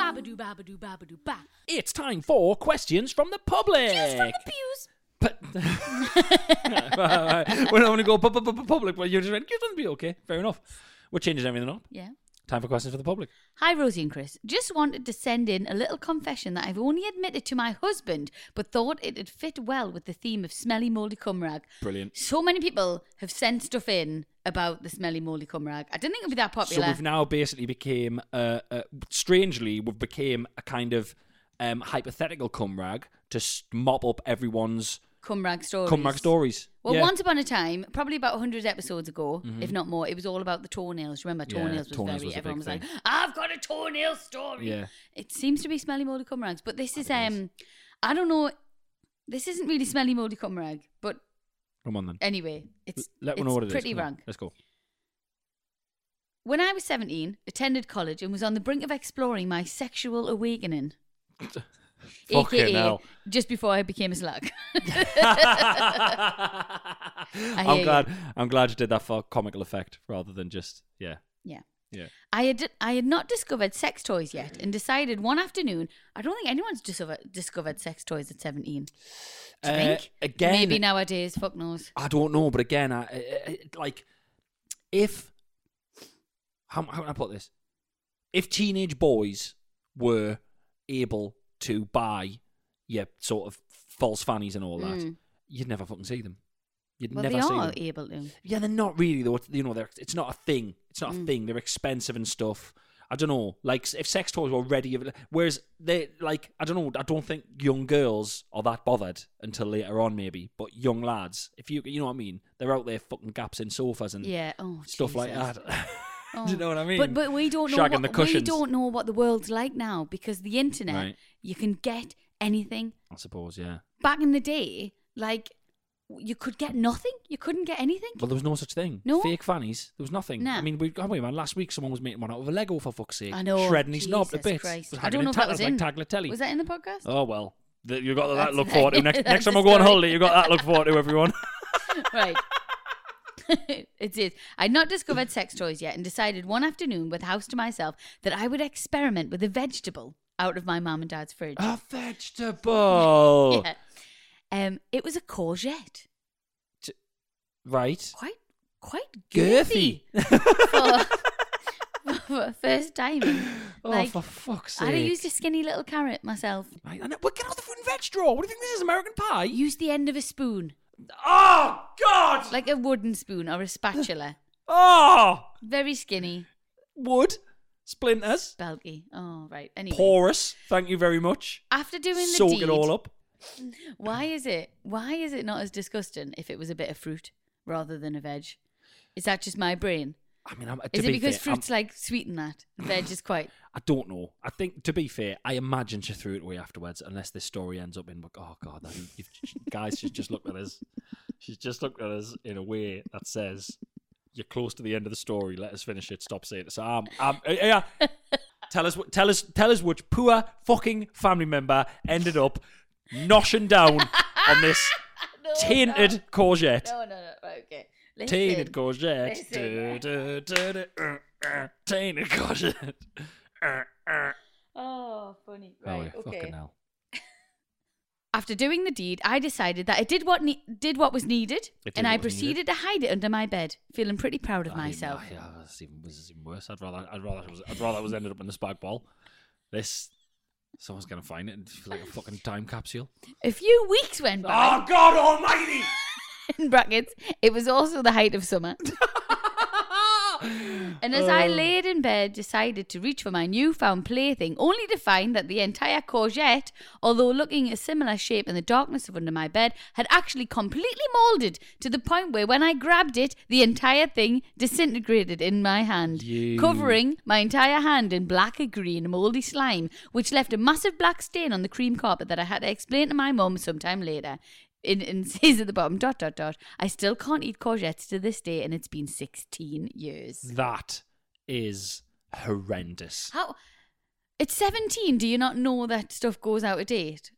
Babadoo, babadoo, babadoo, ba. It's time for questions from the public. Cues from the pews. But we're not going to go pu- pu- pu- pu- public. Well, you're just ready. You're going to be okay. Fair enough. We're changing everything up. Yeah. Time for questions for the public. Hi, Rosie and Chris. Just wanted to send in a little confession that I've only admitted to my husband, but thought it'd fit well with the theme of smelly, mouldy cum rag. Brilliant. So many people have sent stuff in about the smelly, mouldy cum rag. I didn't think it'd be that popular. So we've now basically became, uh, uh, strangely, we've became a kind of um, hypothetical cum rag to s- mop up everyone's cum rag stories. cum rag stories. Well, Yeah. Mm-hmm. once upon a time, probably about 100 episodes ago, if not more, it was all about the toenails. Remember, Yeah, toenails was toenails very, was a everyone big was like, thing. I've got a toenail story. Yeah. It seems to be smelly, moldy cum rags. But this is, um, I don't know, this isn't really smelly, moldy cum rag. But Come on then. anyway, it's, Let me it's know what it is. pretty Come on. rank. Let's go. When I was 17, attended college and was on the brink of exploring my sexual awakening. Fucking AKA, hell. just before I became a slag. I'm hear you. glad. I'm glad you did that for comical effect rather than just yeah. Yeah. Yeah. I had I had not discovered sex toys yet, and decided one afternoon I don't think anyone's discover, discovered sex toys at seventeen. Do you Uh, think? again- maybe nowadays, fuck knows. I don't know, but again, I, I, I like if how how can I put this? If teenage boys were able to buy your sort of false fannies and all that, Mm. you'd never fucking see them. You'd Well, never they see are them. able to. Yeah, they're not really though. It's- You know, they're it's not a thing. It's Mm. not a thing. They're expensive and stuff. I don't know. Like if sex toys were ready, whereas they like I don't know. I don't think young girls are that bothered until later on, maybe. But young lads, if you you know what I mean, they're out there fucking gaps in sofas and Yeah. Oh, stuff like Jesus. that. Do you know what I mean? Oh. But but we don't know Shagging what, the cushions. we don't know what the world's like now because the internet Right. you can get anything. I suppose, yeah. Back in the day, like you could get nothing. You couldn't get anything. Well, there was no such thing. No? fake fannies. There was nothing. Nah. I mean, we. Oh wait, man. Last week, someone was making one out of a Lego for fuck's sake. I know. Shredding his knob to Jesus bits. Christ. Was I don't hanging in know if that was tatters in. like Tagliatelli. Was that in the podcast? Oh well, Th- you got that That's- look forward to next. that's Next time the I go on story. holiday, you got that look forward to everyone. right. it is. I'd not discovered sex toys yet and decided one afternoon with house to myself that I would experiment with a vegetable out of my mum and dad's fridge. a vegetable, Yeah. Um, it was a courgette. right? Quite quite girthy Girthy. for, for a first time. Oh, Like, for fuck's sake! I'd have used a skinny little carrot myself. Right, I know. Well, get out the fruit and veg drawer. What do you think this is, American pie? Use the end of a spoon, Oh God! like a wooden spoon or a spatula. Oh, Very skinny, wood splinters, belky. Oh, right. Anyway, porous. Thank you very much. after doing the Soak deed, it all up. Why is it? Why is it not as disgusting if it was a bit of fruit rather than a veg? Is that just my brain? I mean, I'm, to Is it be because fair, I'm- fruits like sweeten that veg is quite? I don't know. I think, to be fair, I imagine she threw it away afterwards, unless this story ends up in, like, oh God, that, you've, guys, she's just looked at us. She's just looked at us in a way that says, you're close to the end of the story. Let us finish it. Stop saying it. So, um, um, uh, yeah. Tell us, wh- tell us, tell us which poor fucking family member ended up noshing down on this tainted courgette. Oh, No, no, no. right, Okay. Listen, Tainted courgette. Listen. Du- du- du- du- uh, uh, Tainted courgette. Uh, uh. Oh, funny. Oh, Right. yeah, okay. fucking hell. After doing the deed, I decided that I did what ne- did what was needed, It did and what I was proceeded to hide it under my bed, feeling pretty proud of I mean, myself. I, uh, it's even, this is even worse. I'd rather, I'd rather, it was, I'd rather it was ended up in the spag ball. This, someone's gonna find it and feel like a fucking time capsule. A few weeks went by. Oh God Almighty! in brackets, it was also the height of summer. and as I laid in bed, decided to reach for my newfound plaything, only to find that the entire courgette, although looking a similar shape in the darkness of under my bed, had actually completely moulded to the point where when I grabbed it, the entire thing disintegrated in my hand, You- covering my entire hand in black and green mouldy slime, which left a massive black stain on the cream carpet that I had to explain to my mum sometime later in, in says at the bottom, dot, dot, dot, I still can't eat courgettes to this day, and it's been 16 years. That is horrendous. How? It's 17. Do you not know that stuff goes out of date?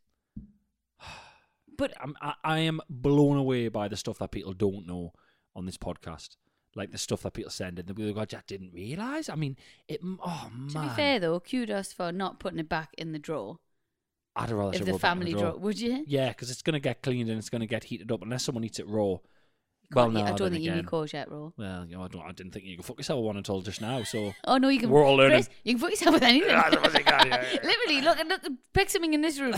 But I'm, I, I am blown away by the stuff that people don't know on this podcast. Like the stuff that people send in, they go, "God, I didn't realize." I mean, it. Oh man, to be fair, though, kudos for not putting it back in the drawer I'd rather of shovel the it back in family drawer. drawer. Would you? Yeah, because it's going to get cleaned and it's going to get heated up unless someone eats it raw. well, Can't no, eat- I don't then think you again. need courgette roll. Well, you know, I don't. I didn't think you could fuck yourself one at all just now. So Oh no, you can. We're all learning. Chris, you can put yourself with anything. Yeah, I suppose you can, yeah, yeah. Literally, look, look, pick something in this room.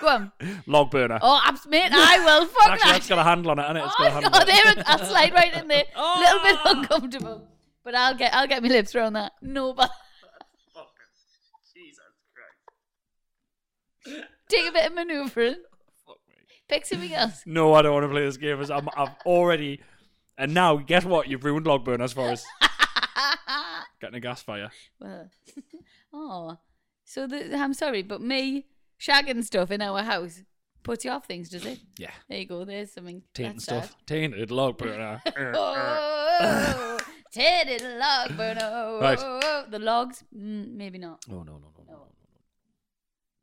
Go on. log burner. Oh, abs- mate, I will. Fuck Actually, that. that's got a handle on it, and it? has got a Oh handle. god, on it. there it- I'll slide right in there. A little bit Ah! uncomfortable, but I'll get I'll get my lips around that. No, but take a bit of manoeuvring. Pick something else. No, I don't want to play this game. I'm, I've already. And now, guess what? You've ruined log burners for us. Getting a gas fire. well, oh, so the, I'm sorry, but me shagging stuff in our house puts you off things, does it? Yeah. There you go. There's something. Tainted That's stuff. sad. Tainted log burner. Oh, Teddy the log burner. Oh, Right. oh, oh. The logs, mm, maybe not. oh no no no no.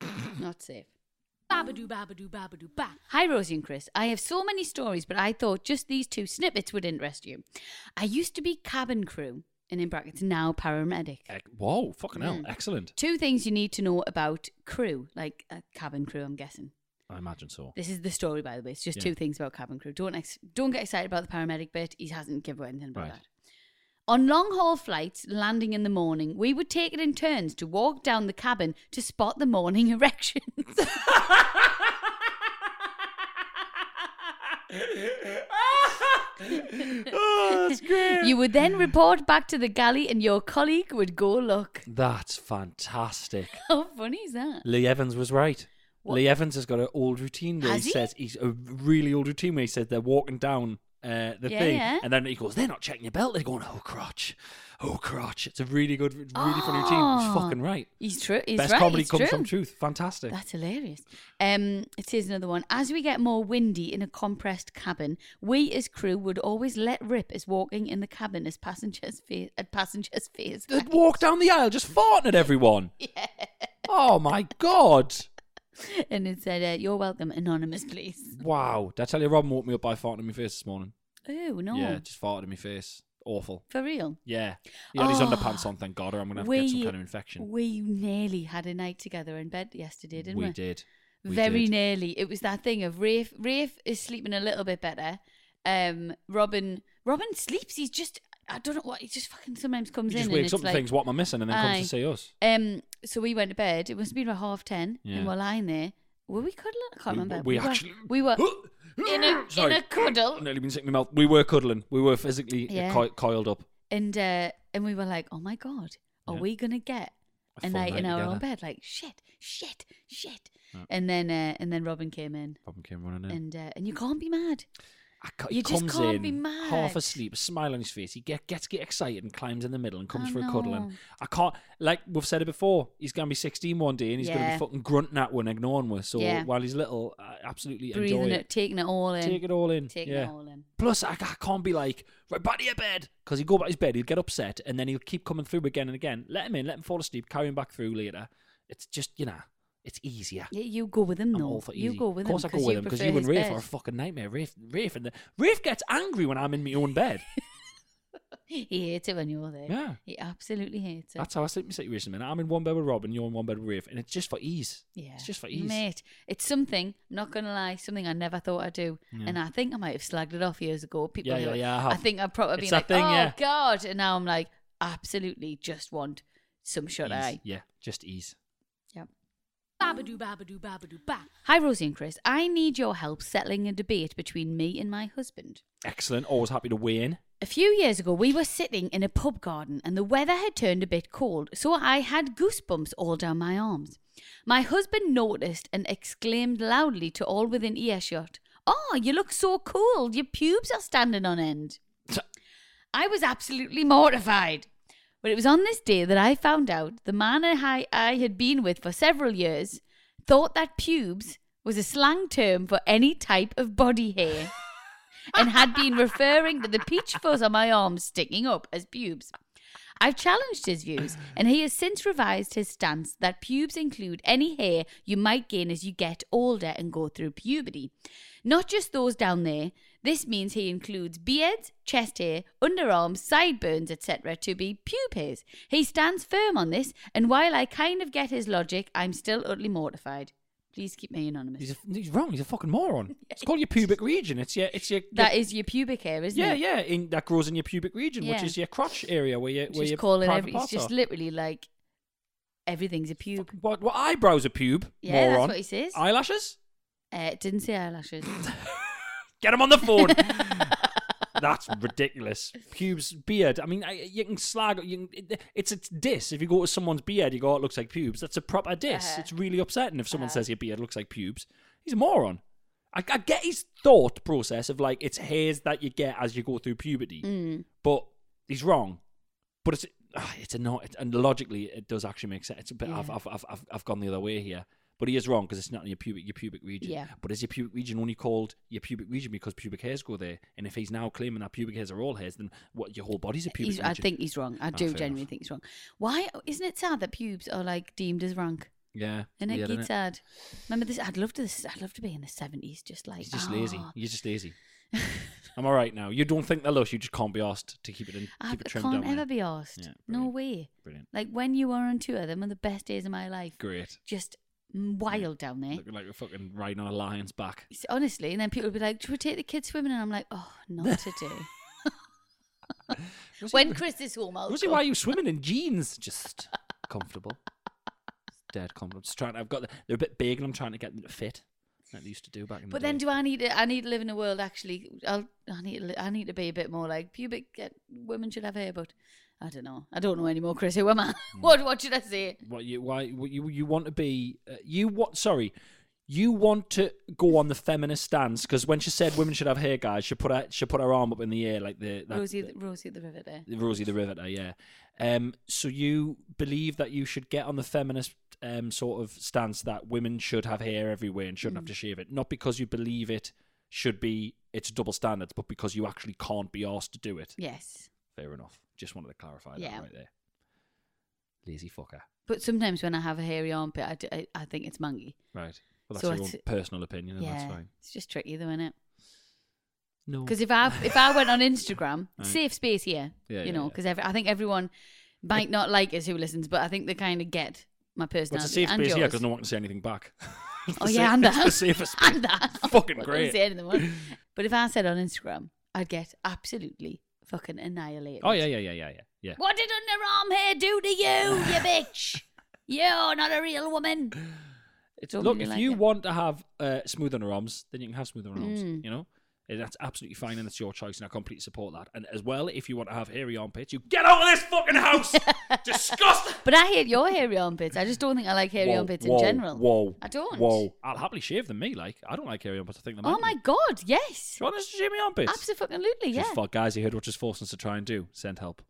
no. Not safe. Babadoo, babadoo, babadoo, ba. Hi, Rosie and Chris. I have so many stories, but I thought just these two snippets would interest you. I used to be cabin crew and in brackets now paramedic. Ec- Whoa, fucking hell. Mm. Excellent. Two things you need to know about crew, like a cabin crew, I'm guessing. I imagine so. This is the story, by the way. It's just Yeah. two things about cabin crew. Don't ex- don't get excited about the paramedic bit. He hasn't given away anything about Right. that. On long haul flights, landing in the morning, we would take it in turns to walk down the cabin to spot the morning erections. oh, that's great. you would then report back to the galley, and your colleague would go look. That's fantastic. How funny is that? Lee Evans was right. What- Lee Evans has got an old routine where Has he, he? says he's a really old routine where he says they're walking down uh, the Yeah, thing, yeah. and then he goes, "They're not checking your belt." They're going, "Oh crotch, oh crotch." It's a really good, really fun routine. He's Ah. fucking right. He's true. He's Best right. comedy it's comes true. from truth. Fantastic. That's hilarious. Um, it is another one. As we get more windy in a compressed cabin, we as crew would always let rip as walking in the cabin as passengers face at passengers face. They'd walk down the aisle just farting at everyone. Oh my god! and it said, uh, "You're welcome, anonymous, please." Wow. Did I tell you Rob woke me up by farting in my face this morning? Oh no, Yeah, just farted in my face. Awful. for real. Yeah. He had his Oh. underpants on, thank God, or I'm going to have to get some kind of infection. We nearly had a night together in bed yesterday, didn't we? we did. We Very did. nearly. It was that thing of Rafe. Rafe is sleeping a little bit better. Um, Robin. Robin sleeps. He's just. I don't know what. He just fucking sometimes comes He in just and wakes it's up and like. thinks, what am I missing? And then Aye. comes to see us. Um, so we went to bed. It must have been about half ten, Yeah. and we're lying there. Were we cuddling? I can't We- remember. we were- actually- we were in a in Sorry. a cuddle, I've nearly been sick in my mouth. We were cuddling. We were physically uh, Yeah. coi- coiled up. and uh, and we were like, "Oh my god, are Yeah. we gonna get A a full night in night our own together. bed?" Like shit, shit, shit. And then uh, and then Robin came in, Robin came running in. and uh, and you can't be mad. I ca- you just comes can't in, be mad. half asleep, a smile on his face. He get, gets get excited and climbs in the middle and comes I for a cuddle. And know. I can't, like we've said it before, he's going to be 16 one day and he's going to Yeah. be fucking grunting at one, ignoring us. So Yeah. while he's little, I absolutely Breathing enjoy it, taking it all in, Take it all in. taking yeah. it all in. Plus, I, I can't be like, right back to your bed. Because he'd go back to his bed, he'd get upset, and then he'll keep coming through again and again. Let him in, let him fall asleep, carry him back through later. It's just, you know, it's easier. Yeah, you go with him I'm though. all for you easy. go with Of course him. I go with him because prefer you and his Rafe bed. are a fucking nightmare. Rafe, Rafe, and the, Rafe gets angry when I'm in my own bed. He hates it when you're there. Yeah. He absolutely hates it. That's how I sleep in situation, man. I'm in one bed with Rob and you're in one bed with Rafe, and it's just for ease. Yeah. It's just for ease. Mate, it's something, I'm not going to lie, something I never thought I'd do. And I think I might have slagged it off years ago. People Yeah, who- yeah, yeah, I have. I think I've probably It's been that like, thing, oh, yeah. God. And now I'm like, absolutely just want some shut Ease. eye. Yeah, just ease. Yep. Babadoo, babadoo, babadoo, ba. Hi, Rosie and Chris. I need your help settling a debate between me and my husband. Excellent. Always happy to weigh in. A few years ago, we were sitting in a pub garden and the weather had turned a bit cold, so I had goosebumps all down my arms. My husband noticed and exclaimed loudly to all within earshot, Oh, you look so cold, your pubes are standing on end. I was absolutely mortified. But it was on this day that I found out the man I, I had been with for several years thought that pubes was a slang term for any type of body hair and had been referring to the peach fuzz on my arms sticking up as pubes. I've challenged his views, and he has since revised his stance that pubes include any hair you might gain as you get older and go through puberty. Not just those down there. This means he includes beards, chest hair, underarms, sideburns, etc., to be pube hairs. He stands firm on this, and while I kind of get his logic, I'm still utterly mortified. Please keep me anonymous. He's, a, he's wrong. He's a fucking moron. It's called your pubic region. It's your. It's your. That is your pubic hair, isn't yeah, it? yeah. In, that grows in your pubic region, which Yeah. is your crotch area where you where just your calling private every, it's parts just are. literally like everything's a pube. Fucking What, what eyebrows a pube? Yeah, that's moron. what he says. Eyelashes? Uh, it didn't say eyelashes. Get him on the phone. That's ridiculous. Pubes, beard. I mean, I, you can slag. You can, it- it's a diss. If you go to someone's beard, you go, "Oh, "It looks like pubes." That's a proper diss. Uh-huh. It's really upsetting if someone Uh-huh. says your beard looks like pubes. He's a moron. I, I get his thought process of like it's hairs that you get as you go through puberty, Mm. but he's wrong. But it's ah, it's a not, it, and logically it does actually make sense. It's a bit. I've, Yeah. I've I've I've I've gone the other way here. But he is wrong because it's not in your pubic your pubic region. Yeah. But is your pubic region only called your pubic region because pubic hairs go there? And if he's now claiming that pubic hairs are all hairs, then what your whole body's a pubic He's, region. I think he's wrong. I Ah, do fair genuinely enough. think he's wrong. Why isn't it sad that pubes are like deemed as rank? Yeah. And it weird, gets innit? sad. Remember this? I'd love to. This, I'd love to be in the seventies, just like He's just lazy. ah. He's just lazy. I'm all right now. You don't think they're lush. You just can't be asked to keep it in. I keep it b- trimmed can't down. ever be asked. Yeah, no brilliant. way. Brilliant. Like when you are on tour, them are the best days of my life. Great. Just wild down there. Look like we're fucking riding on a lion's back. S- Honestly, and then people would be like, "Should we take the kids swimming?" And I'm like, "Oh, not today." Was when it- Chris is home, I'll. was it go. why you swimming in jeans? Just comfortable. Dead comfortable. Just trying. I've got. They're a bit big, and I'm trying to get them to fit. Like they used to do back in the But then, day. do I need to? I need to live in a world. Actually, I'll. I need. To, li- I need to be a bit more like pubic. uh, Women should have hair, but I don't know. I don't know anymore, Chris. Who am I? Hmm. what? What should I say? What you? Why what you? You want to be? Uh, you what? Sorry, you want to go on the feminist stance because when she said women should have hair, guys, she put her she put her arm up in the air like the that, Rosie, the, the, Rosie the Riveter. Rosie the Riveter, yeah. Um, so you believe that you should get on the feminist um sort of stance that women should have hair everywhere and shouldn't have Mm-hmm. to shave it, not because you believe it should be it's double standards, but because you actually can't be asked to do it. Yes, Fair enough. Just wanted to clarify that Yeah. right there. Lazy fucker. but sometimes when I have a hairy armpit, I, d- I- I think it's mangy. Right. Well, that's So your own it's- personal opinion, and yeah, that's fine. it's just tricky, though, isn't it? No. Because if I if I went on Instagram, Right. safe space here, Yeah, you yeah, know, yeah. because I think everyone might not like us who listens, but I think they kind of get my personality. Well, it's a safe and space, yeah, yours. because no one can say anything back. It's Oh the yeah, sa- and it's that. the safest space. and that. Fucking What great. I'm saying in the morning. But if I said on Instagram, I'd get absolutely fucking annihilated. Oh yeah, yeah, yeah, yeah, yeah, yeah. What did underarm hair do to you, you bitch? You're not a real woman. It's, Don't look, really if like you it. want to have uh, smooth under arms, then you can have smooth under arms. Mm. You know, And that's absolutely fine, and it's your choice, and I completely support that. And as well, if you want to have hairy armpits, you get out of this fucking house. Disgusting. But I hate your hairy armpits. I just don't think I like hairy Whoa, armpits whoa, in general. Whoa, I don't. Whoa, I'll happily shave them. Me, like, I don't like hairy armpits. I think they're. Oh my manly. god, yes. Do you want us to shave my armpits? Absolutely, yeah. Just fuck guys, you heard what she's forcing us to try and do. Send help.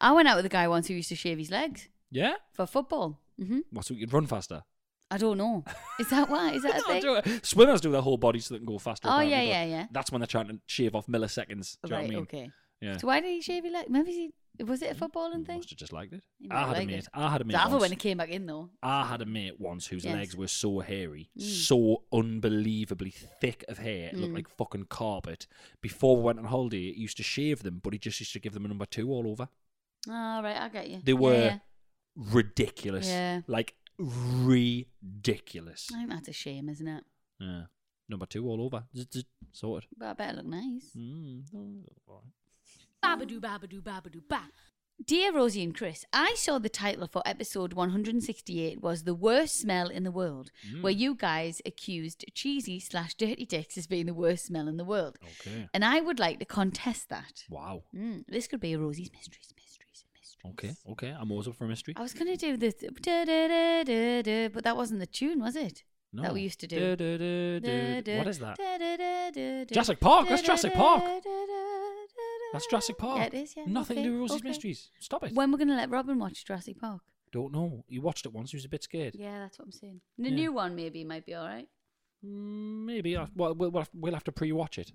I went out with a guy once who used to shave his legs Yeah. for football. hmm What's you'd run faster? I don't know. Is that why? Is that a No, thing? do it. Swimmers do their whole body so they can go faster. Oh, apparently, yeah, yeah, but yeah. That's when they're trying to shave off milliseconds. Do you know what I right, mean? okay. Yeah. So why did he shave his legs? Maybe he was it a footballing thing? Must have just liked it. He might I had a like mate. it. I had a mate. The other once- when it came back in though. I had a mate once whose Yes. legs were so hairy, Mm. so unbelievably thick of hair, it looked Mm. like fucking carpet. Before we went on holiday, he used to shave them, but he just used to give them a number two all over. All right, I get you. They Yeah, were yeah. Ridiculous. Yeah. Like ridiculous. I think that's a shame, isn't it? Yeah. Number two all over. Zzz, zzz, Sorted. But I better look nice. Mm. Oh, all right. Babadoo, babadoo, babadoo, ba. Dear Rosie and Chris, I saw the title for episode 168 was The Worst Smell in the World, Mm. where you guys accused cheesy slash dirty dicks as being the worst smell in the world. Okay. And I would like to contest that. Wow. Mm, this could be a Rosie's Mysteries, Mysteries, Mysteries. Okay, okay. I'm always up for a mystery. I was going to do the. da, da, da, da, da, but that wasn't the tune, was it? No. That we used to Du- do. du- du- Da, du- da, What is that? da, da, da, da, da, Jurassic Park, da, that's da, Jurassic da, Park. da, da, da, That's da. Jurassic Park. Yeah, it is, yeah. Nothing okay, to do with Rosie's okay. Mysteries. Stop it. When we're going to let Robin watch Jurassic Park? Don't know. You watched it once. He was a bit scared. Yeah, that's what I'm saying. The Yeah. new one maybe might be all right. Mm, Maybe. I, well, we'll, we'll have- we'll have to pre-watch it.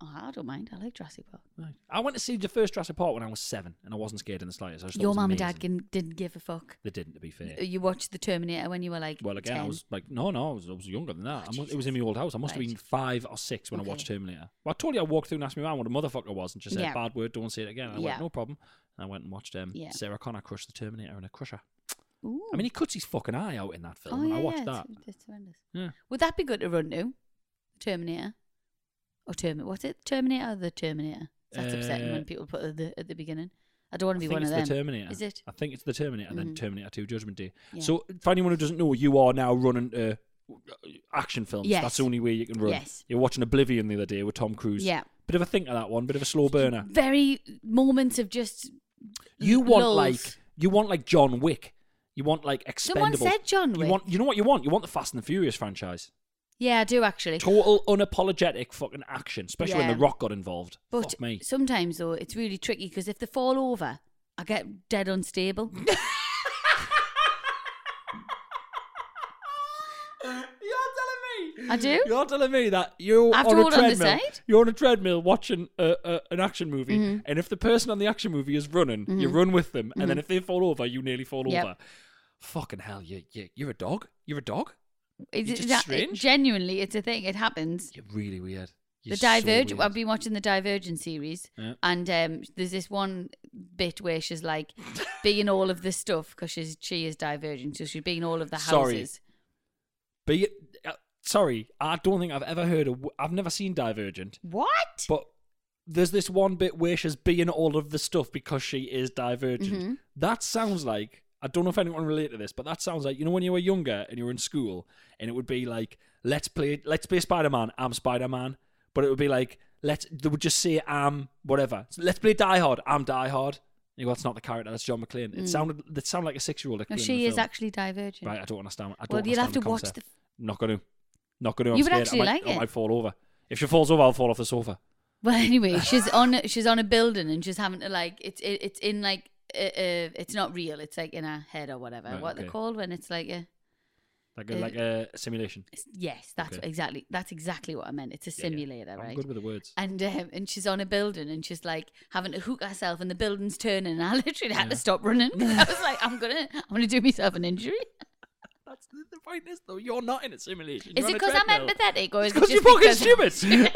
Oh, I don't mind. I like Jurassic Park. Right. I went to see the first Jurassic Park when I was seven, and I wasn't scared in the slightest. I just thought it Your was mum and amazing. dad can, didn't give a fuck. They didn't, to be fair. You watched The Terminator when you were like well, again, 10. I was like, no, no, I was, I was younger than that. Oh, I must, it Jesus. was in my old house. I must have Right. been five or six when I watched Okay. Terminator. Well, I told you I walked through and asked my mum what a motherfucker was, and she said, Yeah. bad word, don't say it again. And I Yeah. went, no problem. And I went and watched um, Yeah. Sarah Connor crush the Terminator in a crusher. Ooh. I mean, he cuts his fucking eye out in that film. oh, and yeah, I watched yeah, that. It's, it's horrendous. Yeah. Would that be good to run to? Terminator. Or Terminator. What's it? Terminator or The Terminator? That's upsetting Uh, when people put the, the at the beginning. I don't want I to be think one it's of them. the Terminator. Is it? I think it's the Terminator, and then Mhm. Terminator 2 Judgment Day. Yeah. So, for anyone who doesn't know, you are now running uh, action films. Yes. That's the only way you can run. Yes. You're watching Oblivion the other day with Tom Cruise. Yeah. Bit of a think of that one, bit of a slow burner. Very moments of just. You want lulls. like you want like John Wick. You want like Someone expendable. said John You Wick. want you know what you want? You want the Fast and the Furious franchise. Yeah, I do actually. Total unapologetic fucking action, especially Yeah. when The Rock got involved. But Fuck me. sometimes though, it's really tricky because if they fall over, I get dead unstable. You're telling me. I do. You're telling me that you're After on a all on the treadmill. side? Mm-hmm. You're on a treadmill watching a, a, an action movie, and if the person on the action movie is running, you run with them, and then if they fall over, you nearly fall Yep. over. Fucking hell, you, you you're a dog. You're a dog. Is You it just that- strange? genuinely, it's a thing. It happens. You're really weird. You're the so Divergent. weird. I've been watching the Divergent series, Yeah. and um, there's this one bit where she's like being all of this stuff because she's she is Divergent, so she's being all of the Sorry. houses. But you, uh, sorry, I don't think I've ever heard. Of, I've never seen Divergent, What? but there's this one bit where she's being all of the stuff because she is Divergent. Mm-hmm. That sounds like I don't know if anyone relate to this, but that sounds like you know when you were younger and you were in school, and it would be like let's play let's play Spider Man. I'm Spider Man, but it would be like let's they would just say I'm whatever. So let's play Die Hard. I'm Die Hard. And you go, that's not the character. That's John McClane. It sounded that sounded like a six year old. Mm. No, she is actually Divergent. Right, I don't understand. I don't Well, you'll have understand to watch concept. the- Not going to. Not going to. You would actually I might, like I it. might fall over. If she falls over, I'll fall off the sofa. Well, anyway, she's on she's on a building and she's having to like it's it, it's in like uh, uh, it's not real. It's like in her head or whatever. Right, what they're okay. called when it's like a Like a, Uh, like a simulation. yes, that's Okay. exactly that's exactly what I meant. It's a Yeah, yeah. simulator, I'm right? good with the words. and um, and she's on a building and she's like having to hook herself and the building's turning and I literally had to stop running. 'cause I was like, I'm gonna I'm gonna do myself an injury. That's the, the point is though, you're not in a simulation. Is it because I'm empathetic or is it Because just you're fucking because stupid.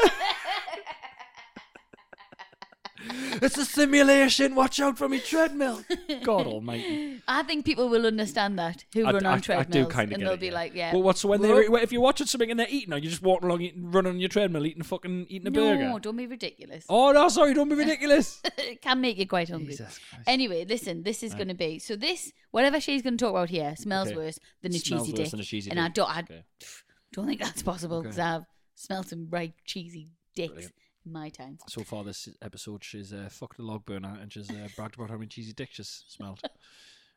it's a simulation. Watch out for me treadmill. God Almighty. I think people will understand that who I, run I- on I treadmills do kind of and get they'll it, be like, yeah. But what's when we're- they're if you're watching something and they're eating, are you just walking along, eating, running on your treadmill, eating fucking eating a no, burger? don't be ridiculous. Oh no, sorry, don't be ridiculous. it can make you quite hungry. Jesus Christ. Anyway, listen, this is going to be so. This whatever she's going to talk about here smells Okay. worse than a Smells cheesy worse dick, than a cheesy and dick. I don't, I Okay. don't think that's possible because Okay. I've smelled some right cheesy dicks Brilliant. in my time. so far this episode, she's uh, fucked a log burner and she's uh, bragged about how many cheesy dicks she's smelled.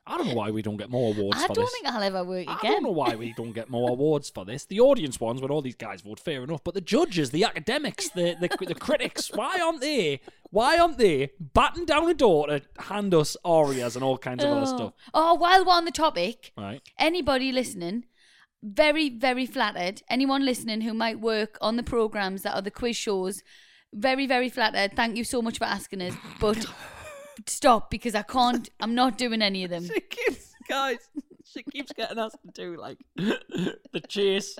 I don't know why we don't get more awards I for don't this. think I'll ever work again. I don't know why we don't get more awards for this. The audience ones, when all these guys vote, fair enough. But the judges, the academics, the the, the critics, why aren't they? Why aren't they batting down a door to hand us arias and all kinds of other Oh. stuff? Oh, while we're on the topic, Right? anybody listening, very, very flattered. Anyone listening who might work on the programs that are the quiz shows, very, very flattered. Thank you so much for asking us, but stop because I can't. I'm not doing any of them. keeps, guys, she keeps getting us to do like the chase,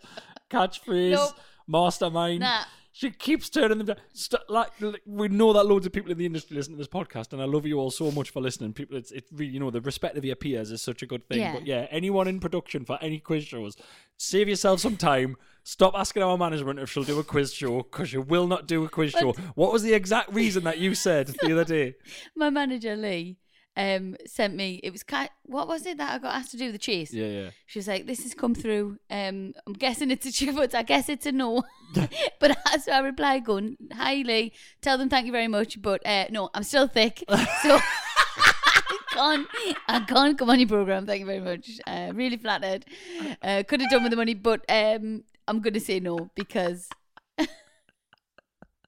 catchphrase, Nope. mastermind. Nah. She keeps turning them down. St- like, like, we know that loads of people in the industry listen to this podcast, and I love you all so much for listening. People, it's it really you know the respect of your peers is such a good thing. Yeah. But yeah, anyone in production for any quiz shows, save yourself some time. Stop asking our management if she'll do a quiz show because she will not do a quiz show. What was the exact reason that you said the other day? My manager Lee um, sent me. It was ki what was it that I got asked to do the chase? Yeah, yeah. She was like, "This has come through. Um, I'm guessing it's a chivot. I guess it's a no." but I- so I replied, "Going, hi Lee. Tell them thank you very much, but uh, no, I'm still thick, so I can't. I can't come on your program. Thank you very much. Uh, really flattered. Uh, could have done with the money, but um, I'm gonna say no because."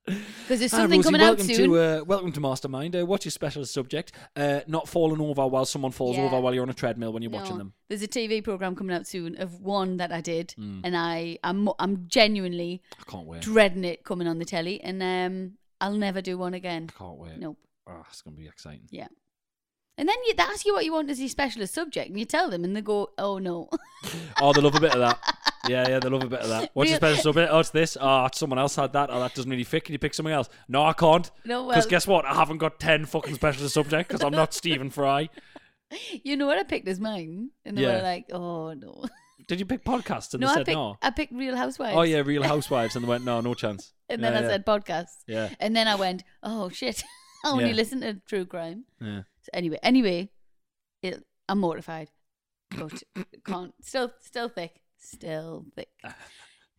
Because there's Hi, Ah, something Rosie, coming out welcome soon. To, uh, welcome to Mastermind. Uh, what's your specialist subject? Uh, not falling over while someone falls Yeah. over while you're on a treadmill when you're watching No. them. There's a TV program coming out soon of one that I did, Mm. and I I'm I'm genuinely I can't wait. dreading it coming on the telly, and um I'll never do one again. I can't wait. Nope. Oh, it's going to be exciting. Yeah. And then you, they ask you what you want as your specialist subject, and you tell them, and they go, "Oh no, Oh, they love a bit of that. Yeah, yeah, they love a bit of that. What's your Real- special subject? Oh, it's this. Oh, someone else had that. Oh, that doesn't really fit. Can you pick something else? No, I can't. No, Because well- guess what? I haven't got 10 fucking specialist subject because I'm not Stephen Fry. you know what I picked as mine," and they Yeah. were like, "Oh no, Did you pick podcasts? And no, they I said picked no. I picked Real Housewives." Oh, yeah, Real Housewives. And they went, no, no chance. And Yeah, then I yeah. said podcasts. Yeah. And then I went, "Oh shit, I only Yeah. listen to true crime." Yeah. So anyway, anyway, it, I'm mortified, but can't. Still, still thick, still thick.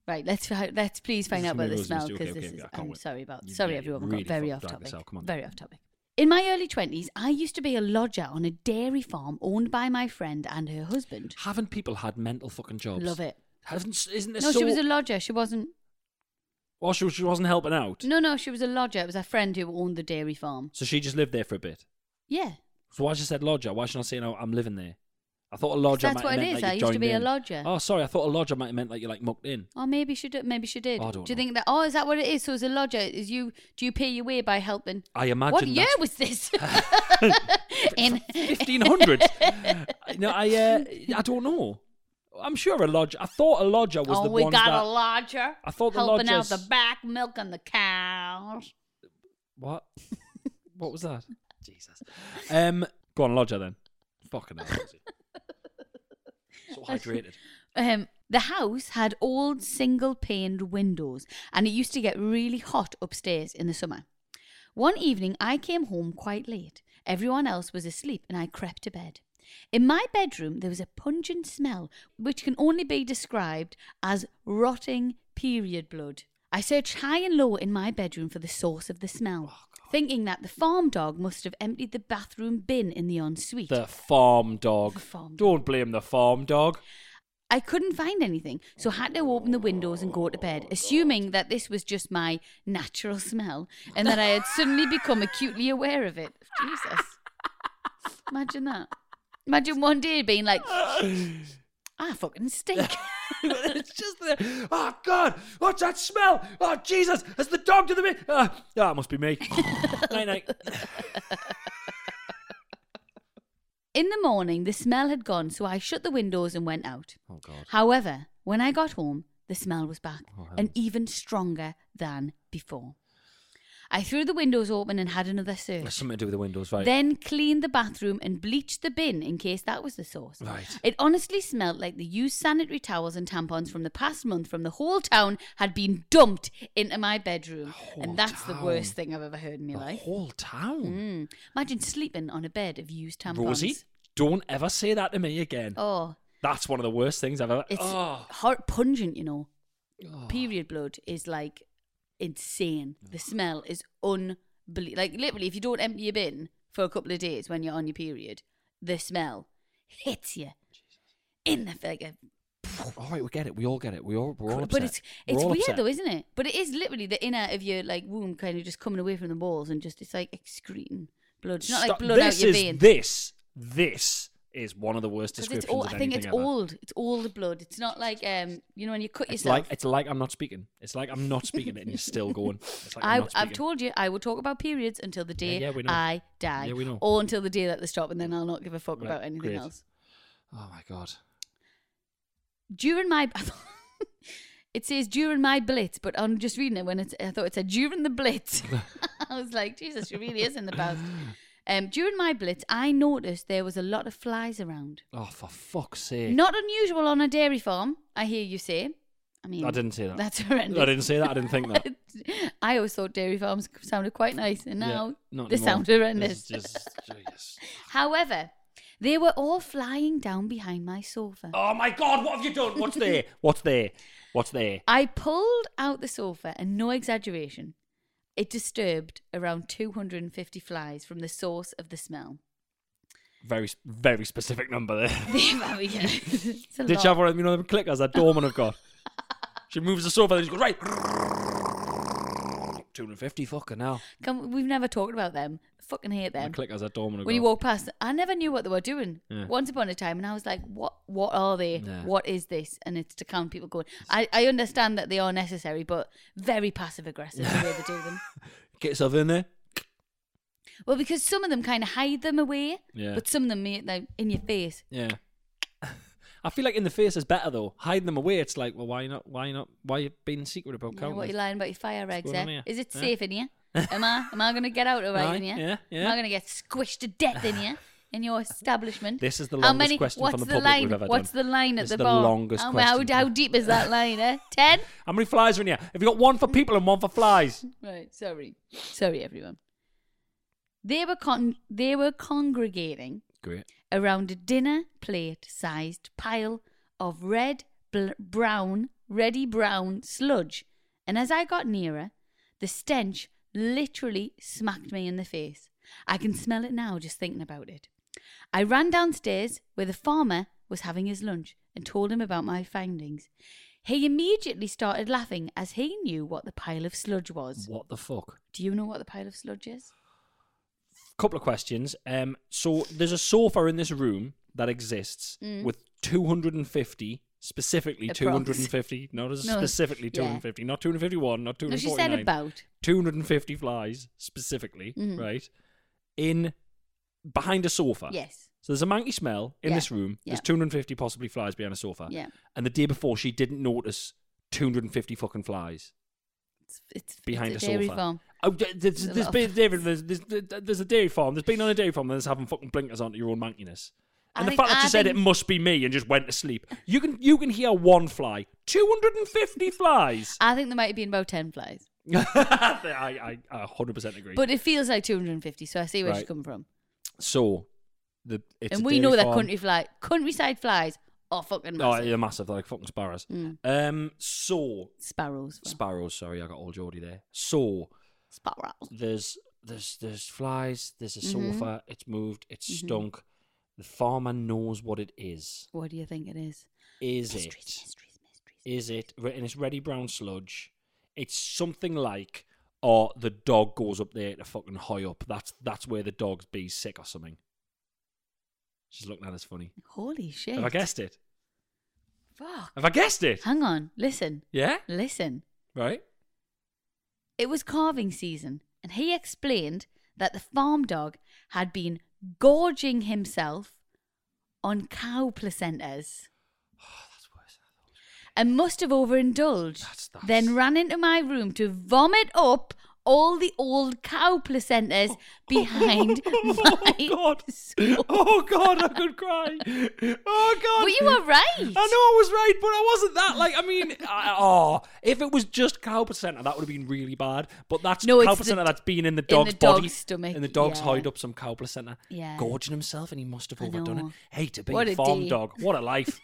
Right, let's fi- let's please find Ah. This is out about gonna the be smell Rosie, because okay, this okay, is. I can't I'm wait. sorry about. You sorry, really, everyone. we really got very fucking off drag this topic. out, come on. Very off topic. In my early twenties, I used to be a lodger on a dairy farm owned by my friend and her husband. Haven't people had mental fucking jobs? Love it. Haven't, isn't No, this so... she was a lodger. She wasn't. Well, she, she wasn't helping out. No, no, she was a lodger. It was a friend who owned the dairy farm. So she just lived there for a bit. Yeah, So why she said lodger? Why she not saying oh, I'm living there? I thought a lodger. that's might what have it meant, is. Like, you I used to joined be a in. lodger. Oh, sorry. I thought a lodger might have meant like you like mucked in. Oh, maybe she did. Maybe she did. I do don't you know. think that? Oh, is that what it is? So as a lodger, is you do you pay your way by helping? I imagine. what year that's was this? In 1500s. no, I uh, I don't know. I'm sure a lodger. I thought a lodger was oh, the we ones got that. a lodger. I thought the helping lodgers- out the back, milking the cows. What? what was that? Jesus. Um, go on, lodger then. Fucking hell. Rosie. so hydrated. Um, the house had old single paned windows, and it used to get really hot upstairs in the summer. One evening, I came home quite late. Everyone else was asleep, and I crept to bed. In my bedroom, there was a pungent smell which can only be described as rotting period blood. I searched high and low in my bedroom for the source of the smell, thinking that the farm dog must have emptied the bathroom bin in the ensuite. The farm dog. The farm dog. Don't blame the farm dog. I couldn't find anything, so had to open the windows and go to bed, assuming that this was just my natural smell and that I had suddenly become acutely aware of it. Jesus. Imagine that. Imagine one day being like, I fucking stink. it's just the oh god, what's that smell? Oh Jesus, it's the dog to the mi- ah, ah, it must be me. night night. In the morning, the smell had gone, so I shut the windows and went out. Oh, God. Oh, However, when I got home, the smell was back and even stronger than before. I threw the windows open and had another search. That's something to do with the windows, right? Then clean the bathroom and bleach the bin in case that was the source. Right. It honestly smelled like the used sanitary towels and tampons from the past month from the whole town had been dumped into my bedroom. whole And that's the town. worst thing I've ever heard in my the life. whole town. Mm. Imagine sleeping on a bed of used tampons. Rosie, don't ever say that to me again. Oh, That's one of the worst things I've ever. it's oh, heart pungent, you know. Period blood is like insane. The smell is unbelievable. Like literally, if you don't empty your bin for a couple of days when you're on your period, the smell hits you in the like a- all right, we get it. We all get it. We all we're all upset. But it's We're it's all weird upset. though, isn't it? But it is literally the inner of your like womb kind of just coming away from the walls and just it's like excreting blood. It's not Stop- like blood this out your is veins. this this is one of the worst Because it's descriptions all, of I think anything it's ever. old. It's old blood. It's not like um, you know, when you cut It's yourself. like it's like I'm not speaking. It's like I'm not speaking, and you're still going. It's like I'm I, not I've speaking. told you I will talk about periods until the day yeah, we know. I die, Yeah, we know. or until the day that they stop, and then I'll not give a fuck Right, about anything great. else. Oh my god. During my, it says during my blitz, but I'm just reading it when it's. I thought it said during the blitz. I was like, Jesus, she really is in the past. Um, during my blitz, I noticed there was a lot of flies around. Oh, for fuck's sake. Not unusual on a dairy farm, I hear you say. I mean, I didn't say that. That's horrendous. I didn't say that. I didn't think that. I always thought dairy farms sounded quite nice, and Yeah, now not they anymore. sound horrendous. This is just- Jesus. However, they were all flying down behind my sofa. oh my god, what have you done? What's there? What's there? What's there? I pulled out the sofa, and no exaggeration, it disturbed around 250 flies from the source of the smell. Very s- very specific number there. it's a Did lot. you have one of them, you know them clickers that doorman have got? She moves the sofa and she goes, right. 250 fucking hell. Come, we've never talked about them. Fucking hate The them. clickers that doorman have When you got. walk past, I never knew what they were doing. Yeah. Once upon a time, and I was like, "What? What are they? Yeah. What is this?" And it's to count people going. I, I understand that they are necessary, but very passive aggressive the way they do them. Get yourself in there. Well, because some of them kind of hide them away, Yeah. but some of them make them in your face. Yeah. I feel like in the face is better though. Hiding them away, it's like, well, why not? Why not? Why you being secret about You know, counting? what you lying about your fire eggs? going Eh? on here? Is it Yeah. safe in here? Am I? Am I going to get out all right Aye, in here? yeah, yeah. Am I going to get squished to death in here? In your establishment? This is the how longest many, question what's from the the public line, we've ever What's done. the line at It's the the bar? longest how, question. How, how deep is that line? Eh? Ten? How many flies are in here? Have you got one for people and one for flies? Right. Sorry. Sorry, everyone. They were con- they were congregating Great. around a dinner plate sized pile of red, bl- brown, reddy brown sludge. And as I got nearer, the stench literally smacked me in the face. I can smell it now just thinking about it. I ran downstairs where the farmer was having his lunch and told him about my findings. He immediately started laughing as he knew what the pile of sludge was. What the fuck? Do you know what the pile of sludge is? Couple of questions. Um, so there's a sofa in this room that exists with 250, specifically Mm. Approx. 250. No, there's No, specifically yeah. 250, not 251, not No, she said 249. about. Mm-hmm. 250 flies specifically, right? In behind a sofa. Yes. So there's a manky smell in Yeah. this room. There's Yeah. 250 possibly flies behind a sofa. Yeah. And the day before, she didn't notice 250 fucking flies It's, it's it's behind a, a, dairy sofa. farm. Oh, th- th- there's, There's a there's, lot been, of- David, there's, there's, there's a dairy farm. There's been on a dairy farm that's having fucking blinkers onto your own mankiness. I And the think- fact that I you said it think- must be me and just went to sleep. You can you can hear one fly, 250 flies. I think there might have been about ten flies, I, I, I 100% agree. but it feels like 250. So I see where Right. she's come from, so, the it's and a we dairy know that farm. country fly, countryside flies are fucking Oh, massive. Hmm. they're massive. They're like fucking sparrows. Um, so Sparrows. fly. sparrows. Sorry, I got old Geordie there. So Sparrows. there's there's there's flies. There's a Mm-hmm. sofa. It's moved. It's stunk. The farmer knows what it is. What do you think it is? Is Mysteries, it? mysteries, mysteries. Is it? And it's reddy brown sludge. It's something like, or the dog goes up there to fucking high up. That's that's where the dog's be sick or something. She's looking at us funny. Holy shit! Have I guessed it? Fuck. Have I guessed it? Hang on. Listen. Yeah. Listen. Right. It was carving season, and he explained that the farm dog had been gorging himself on cow placentas Oh, and must have overindulged. That's- that's- Then ran into my room to vomit up all the old cow placentas behind my. oh god! sofa. Oh god! I could cry. Oh god! But you were right. I know I was right, but I wasn't that. Like, I mean, I, oh, if it was just cow placenta, that would have been really bad. But that's No, cow it's the- placenta that's been in the in dog's the body, dog's stomach, and the dog's yeah. hide up some cow placenta, Yeah. gorging himself, and he must have I overdone it. know. Hey, to be What a a farm day. dog, what a life!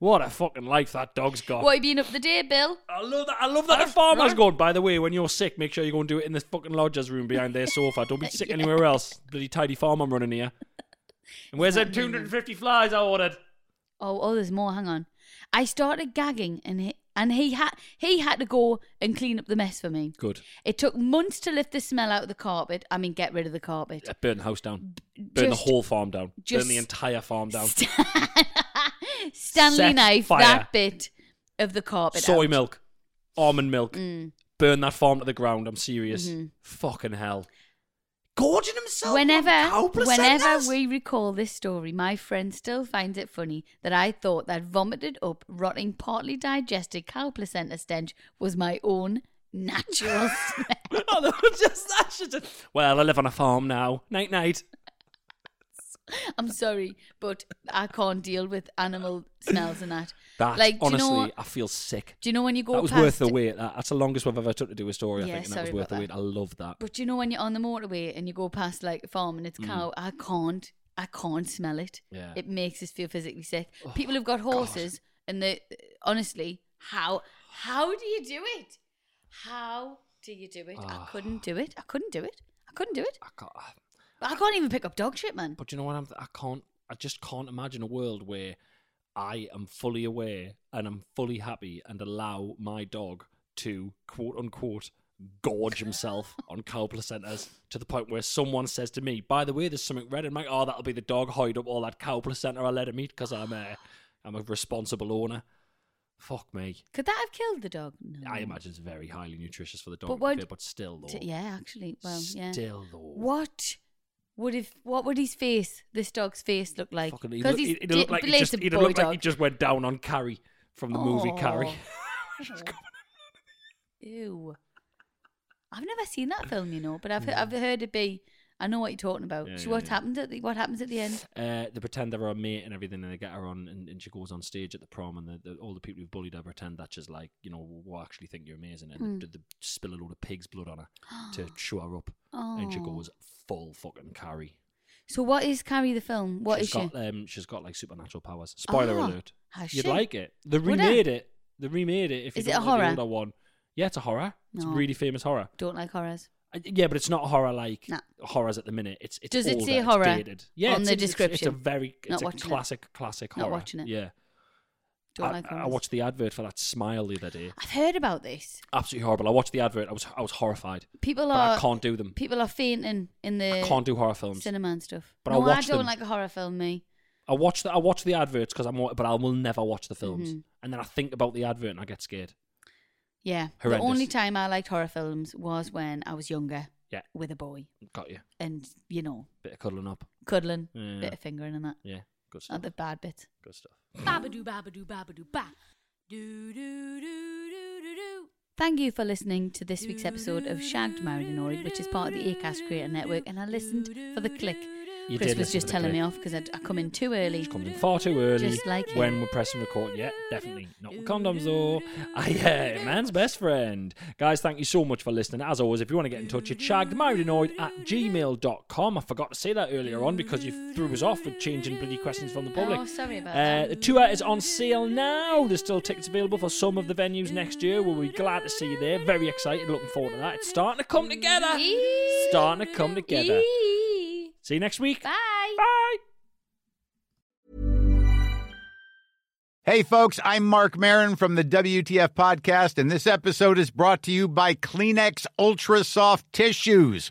what a fucking life that dog's got. What have you been up the day, Bill? I love that. I love that the farmer's going. By the way, when you're sick, make sure you go and do it in this fucking lodger's room behind their sofa. Don't be sick anywhere else. Bloody tidy farm I'm running here. And where's that 250 flies I ordered? Oh, oh, there's more. Hang on. I started gagging, and he, and he had he had to go and clean up the mess for me. Good. It took months to lift the smell out of the carpet. I mean, get rid of the carpet. Yeah, uh, burn the house down. Burn the Just- whole farm down. Burn just- the entire farm down. Stanley Set knife fire. that bit of the carpet. Soy out. milk, almond milk. Mm. Burn that farm to the ground. I'm serious. Mm-hmm. Fucking hell. Gorging himself. on cow Whenever, placentas? whenever we recall this story, my friend still finds it funny that I thought that vomited up, rotting, partly digested cow placenta stench was my own natural smell. Oh, no, just, that's just- well, I live on a farm now. Night, night. I'm sorry, but I can't deal with animal smells and that. That like, do you honestly, know? I feel sick. do you know when you go? that was past, worth the wait. That- That's the longest we've ever took to do a story. I Yeah, think, and that was sorry worth the about wait. that. I love that. But do you know when you're on the motorway and you go past like a farm and it's cow? I can't, I can't smell it. Mm. Yeah. Oh, It makes us feel physically sick. People have got horses, and they honestly, how how do you do it? How do you do it? Ah. I couldn't do it. I couldn't do it. I couldn't do it. I can't, I- But I can't even pick up dog shit, man. but you know what? I'm, I can't. I just can't imagine a world where I am fully aware and I'm fully happy and allow my dog to quote unquote gorge himself on cow placentas to the point where someone says to me, "By the way, there's something red." And I'm like, "Oh, that'll be the dog hide up all that cow placenta I let him eat because I'm a I'm a responsible owner." Fuck me. Could that have killed the dog? No. I imagine it's very highly nutritious for the dog, Mm. But to be won't- fair, but still though. T- yeah, actually, well, yeah. Still though. What would if what would his face, this dog's face, look like? Fucking, he'd Because look- he's he'd- he'd look di- like he just, blatant he'd boy look like dog. he just went down on Carrie from the movie Carrie. Ew. I've never seen that film, you know, but I've I've heard it be. I know what you're talking about. Yeah, so yeah, what yeah. happens at the what happens at the end? Uh, they pretend they're her mate and everything, and they get her on, and, and she goes on stage at the prom, and the, the, all the people who've bullied her pretend that she's like, you know, we actually think you're amazing, and Hmm. they, they spill a load of pig's blood on her to chew her up, and she Oh. goes full fucking Carrie. So what is Carrie the film? What is she's got, she? Um, she's got like supernatural powers. Spoiler Ah, alert. has You'd she? like it. They Would I? remade it. They remade it. If you Is it don't like a the horror? older one, yeah, it's a horror. It's a No. really famous horror. Don't like horrors. Uh, Yeah, but it's not horror like Nah. horrors at the minute. It's, it's Does it older, say it's horror dated. Yeah, on it's, the it's- it's- It's, a description? very it's Not a watching it. classic classic Not horror. watching it. Yeah, Don't I, like I horrors. watched the advert for that smile the other day. I've heard about this. Absolutely horrible. I watched the advert. I was I was horrified. People But are I can't do them. people are fainting in the I can't do horror films. cinema and stuff. But I no, I, watch don't them. like a horror film. Me, I watch the I watch the adverts because I'm but I will never watch the films. Mhm. And then I think about the advert and I get scared. yeah. Horrendous. The only time I liked horror films was when I was younger. Yeah. with a boy Got you. and, you know, Bit of cuddling up. cuddling, Yeah. bit of fingering and that. Yeah. Good stuff. Not the bad bit. Good stuff. Babadoo, babadoo, babadoo, ba. Do, do, do, do, do, do. Thank you for listening to this week's episode of Shagged, Married and Annoyed, which is part of the ACAST Creator Network. And I listened for the click. You Chris did was listen just to the telling me clip. off because I come in too early. She comes in far too early. Just like him. when we're pressing record. Yeah, definitely not with condoms though. Ah, yeah, man's best friend. Guys, thank you so much for listening. As always, if you want to get in touch, it's shaggedmarriedannoyed at gmail.com. I forgot to say that earlier on because you threw us off with changing bloody questions from the public. Oh, sorry about Uh, that. the tour is on sale now. There's still tickets available for some of the venues next year. We'll be glad to see you there. Very excited, looking forward to that. It's starting to come together. Starting to come together. See you next week. Bye. Bye. Hey, folks, I'm Mark Marin from the WTF Podcast, and this episode is brought to you by Kleenex Ultra Soft Tissues,